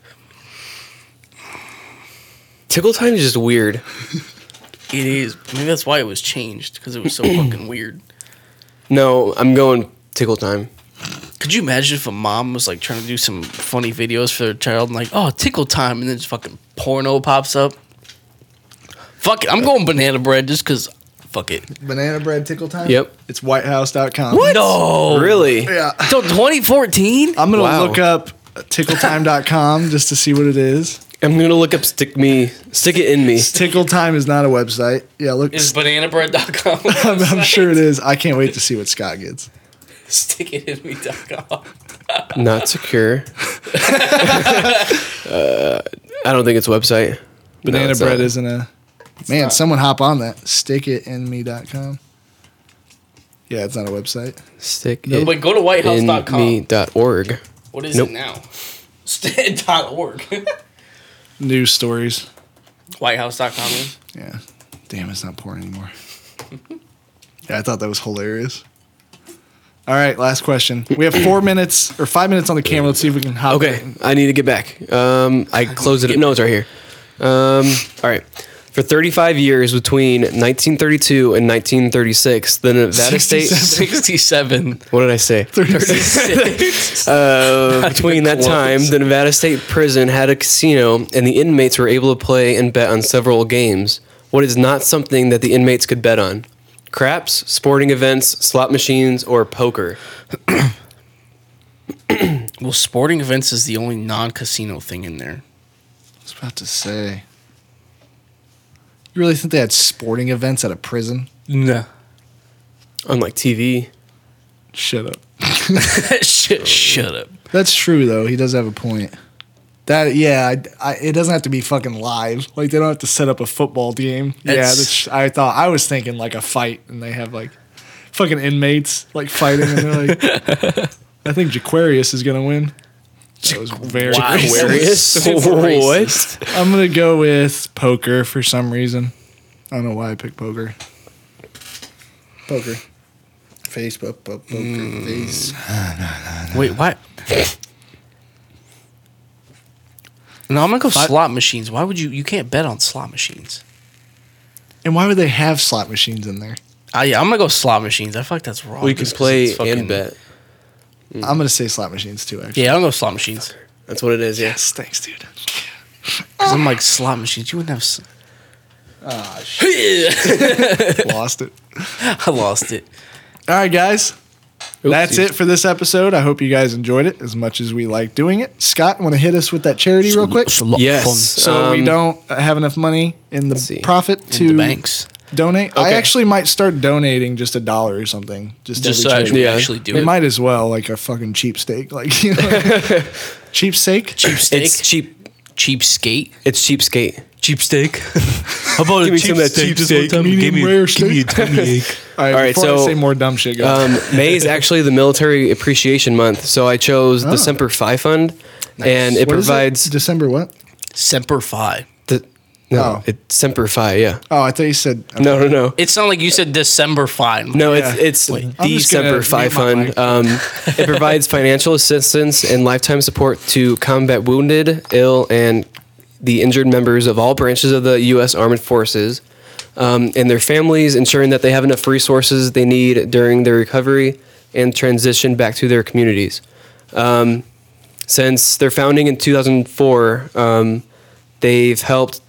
B: Tickle time is just weird.
C: It is. Maybe that's why it was changed because it was so
B: [CLEARS THROAT]
C: fucking weird.
B: No, I'm going tickle time.
C: Could you imagine if a mom was like trying to do some funny videos for their child and like, oh, tickle time, and then just fucking porno pops up? Fuck it, I'm going banana bread just because. Fuck it.
E: Banana bread tickle time?
B: Yep.
E: It's whitehouse.com.
C: No,
B: Really? Uh,
E: Yeah.
C: Till 2014.
E: I'm going to
B: Wow.
E: look up tickletime.com just to see what it is.
B: I'm gonna look up stick me. Stick it in me.
E: Tickle time is not a website. Yeah, look.
B: [LAUGHS]
C: Is bananabread.com?
E: [LAUGHS] I'm, I'm sure it is. I can't wait to see what Scott gets.
C: Stick it in me.com.
B: Not
C: [LAUGHS]
B: secure. Uh, I don't think it's website. No,
E: Banana
B: it's
E: bread
B: not.
E: isn't a. Man, someone hop on that. Stickitinme.com. Yeah, it's not a website.
B: stick
C: But
B: it
C: go to
B: in
C: whitehouse.com.
B: me dot org.
C: What is
B: Nope.
C: it now? St- [LAUGHS] dot org.
E: News stories.
C: whitehouse.com is.
E: Yeah. Damn, it's not porn anymore. [LAUGHS] yeah, I thought that was hilarious. All right, last question. We have four minutes or five minutes on the camera. Let's see if we can hop.
B: Okay, I need to get back. Um, I closed it. No, it's right here. Um, all right. For 35 years between 1932 and 1936,
E: [LAUGHS]
B: the Nevada State.
C: 67.
B: What did I say? [LAUGHS] Uh, between that time, the Nevada State Prison had a casino, and the inmates were able to play and bet on several games. What is not something that the inmates could bet on? Craps, sporting events, slot machines, or poker?
C: well, sporting events is the only non casino thing in [LAUGHS] there.
E: I was about to say. You really think they had sporting events at a prison?
C: No.
B: Unlike TV.
E: Shut up.
C: shut, shut up.
E: That's true though. He does have a point. That yeah, I, I, it doesn't have to be fucking live. Like they don't have to set up a football game. yeah,
C: That's-
E: that's, I thought I was thinking like a fight, and they have like fucking inmates like fighting, and they're
C: [LAUGHS]
E: like, I think Jaquarius is gonna win. That was very.
C: Wow.
B: Aquarius?
C: Super racist.
B: What?
E: [LAUGHS] I'm gonna go with poker for some reason. I don't know why I picked poker. Poker. Facebook, po- poker,
C: Mm.
E: face.
C: Wait, what? No, I'm gonna go
E: Fi-
C: slot machines. Why would you? You can't bet on slot machines.
E: And why would they have slot machines in there?
C: I, Ah, yeah, I'm gonna go slot machines. I feel like that's wrong.
B: We could
C: just 'cause
B: play
C: it's fucking-
B: and bet.
C: Mm.
E: I'm gonna say slot machines too. Actually,
C: Yeah, I'm gonna go slot machines.
B: That's what it is. Yeah.
E: yes, thanks,
B: [LAUGHS]
E: dude.
C: Cause I'm like slot machines. You wouldn't have. s-
E: Lost it.
C: I lost it.
E: All right, guys,
B: Oops,
E: that's
B: you-
E: it for this episode. I hope you guys enjoyed it as much as we like doing it. Scott, want to hit us with that charity real quick?
C: It's a lot of
B: Yes.
C: fun.
E: So we
B: Um,
E: don't have enough money in the
B: see.
E: profit
C: In
E: to
B: Mm.
C: the banks.
E: donate. I
B: Okay.
E: actually might start donating just a dollar or something. Just,
C: Just
E: every
C: so I
E: charity.
C: actually,
B: Yeah.
C: actually do
E: we
C: it.
E: might as well like a fucking cheap steak, [LAUGHS] like you
B: [LAUGHS]
E: know, cheap steak.
C: cheap steak.
B: It's cheap.
C: cheap skate.
B: It's cheap skate.
C: Cheap steak.
B: [LAUGHS]
C: How about
B: Give
C: a
B: me
C: cheap
B: some of that
C: steak?
B: cheap
C: Just one
B: steak.
C: time you
E: Medium
C: gave me-
E: rare
C: give me a tummy ache.
E: [LAUGHS] All right,
B: All right,
E: before I
B: so,
E: say more dumb shit, guys.
B: Um, May is actually the military appreciation month, so I chose
E: Oh.
B: the Semper Fi Fund, and it
E: What is
B: provides
E: December what?
C: Semper Fi.
B: the
E: Oh.
B: no, it Semper Fi, yeah.
E: Oh, I thought you said
B: No, no, no.
C: It's not like you said December Fi.
B: No, it's it's
E: I'm
B: the
E: just gonna
B: Semper
E: mute
B: Fi
E: my
B: Fund.
E: mic.
B: Um, it
E: [LAUGHS]
B: provides financial assistance and lifetime support to combat wounded, ill, and the injured members of all branches of the U.S. Armed Forces um, and their families, ensuring that they have enough resources they need during their recovery and transition back to their communities. Um, since their founding in 2004, um, they've helped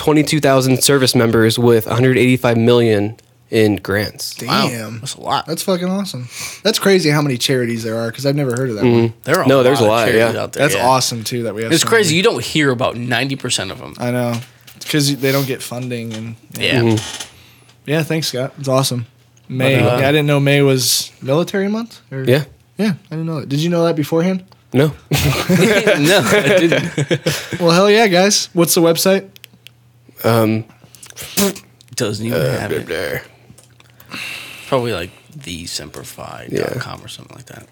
B: 22,000 service members with 185 million in grants.
E: damn.
C: That's a lot.
E: That's fucking awesome. That's crazy how many charities there are because I've never heard of that one.
C: There are
B: No, there's a
C: of
B: lot,
C: charities
B: yeah.
C: out there,
E: That's
C: Mm-hmm. yeah.
E: awesome too that we have.
C: It's
E: so
C: crazy.
E: many.
C: You don't hear about 90% of them.
E: I know because they don't get funding and
C: Yeah.
E: yeah. Thanks, Scott. It's awesome. May.
B: But, uh,
E: yeah, I didn't know May was military month. Or,
B: Yeah.
E: Yeah, I didn't know that. Did you know that beforehand?
B: No. Mm-hmm.
C: [LAUGHS] no, I didn't.
E: Well, hell yeah, guys. What's the website?
B: Um,
C: Doesn't even have it.
B: Uh, yeah.
C: Probably like thesemperfi.com or something like that.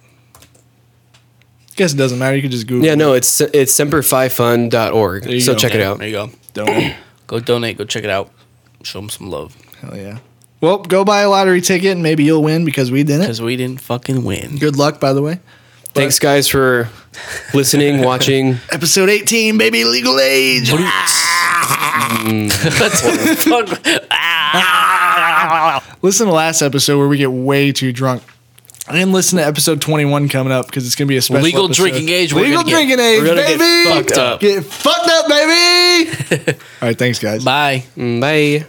E: Guess it doesn't matter. You can just Google.
B: Yeah, no, it's it's semperfifund.org.
E: you
B: So
E: go.
B: check it
C: Yeah,
B: out.
C: There you go.
E: Don't.
C: Go donate. Go check it out. Show them some love.
E: hell yeah. Well, go buy a lottery ticket and maybe you'll win because we didn't.
C: Because we didn't
B: [LAUGHS]
C: fucking win.
E: Good luck, by the way.
B: Thanks guys for listening, watching.
E: Episode 18, baby, legal age.
B: Mm.
C: [LAUGHS]
E: listen to last episode where we get way too drunk. And listen to episode 21 coming up because it's going to be a special
C: Legal
E: episode.
C: drinking age, we're
E: Legal
C: gonna get-
E: drinking age,
B: we're gonna get
E: baby.
B: fucked up.
C: [LAUGHS]
E: Get fucked up, baby. All right, thanks, guys.
C: Bye.
B: Mm, Bye.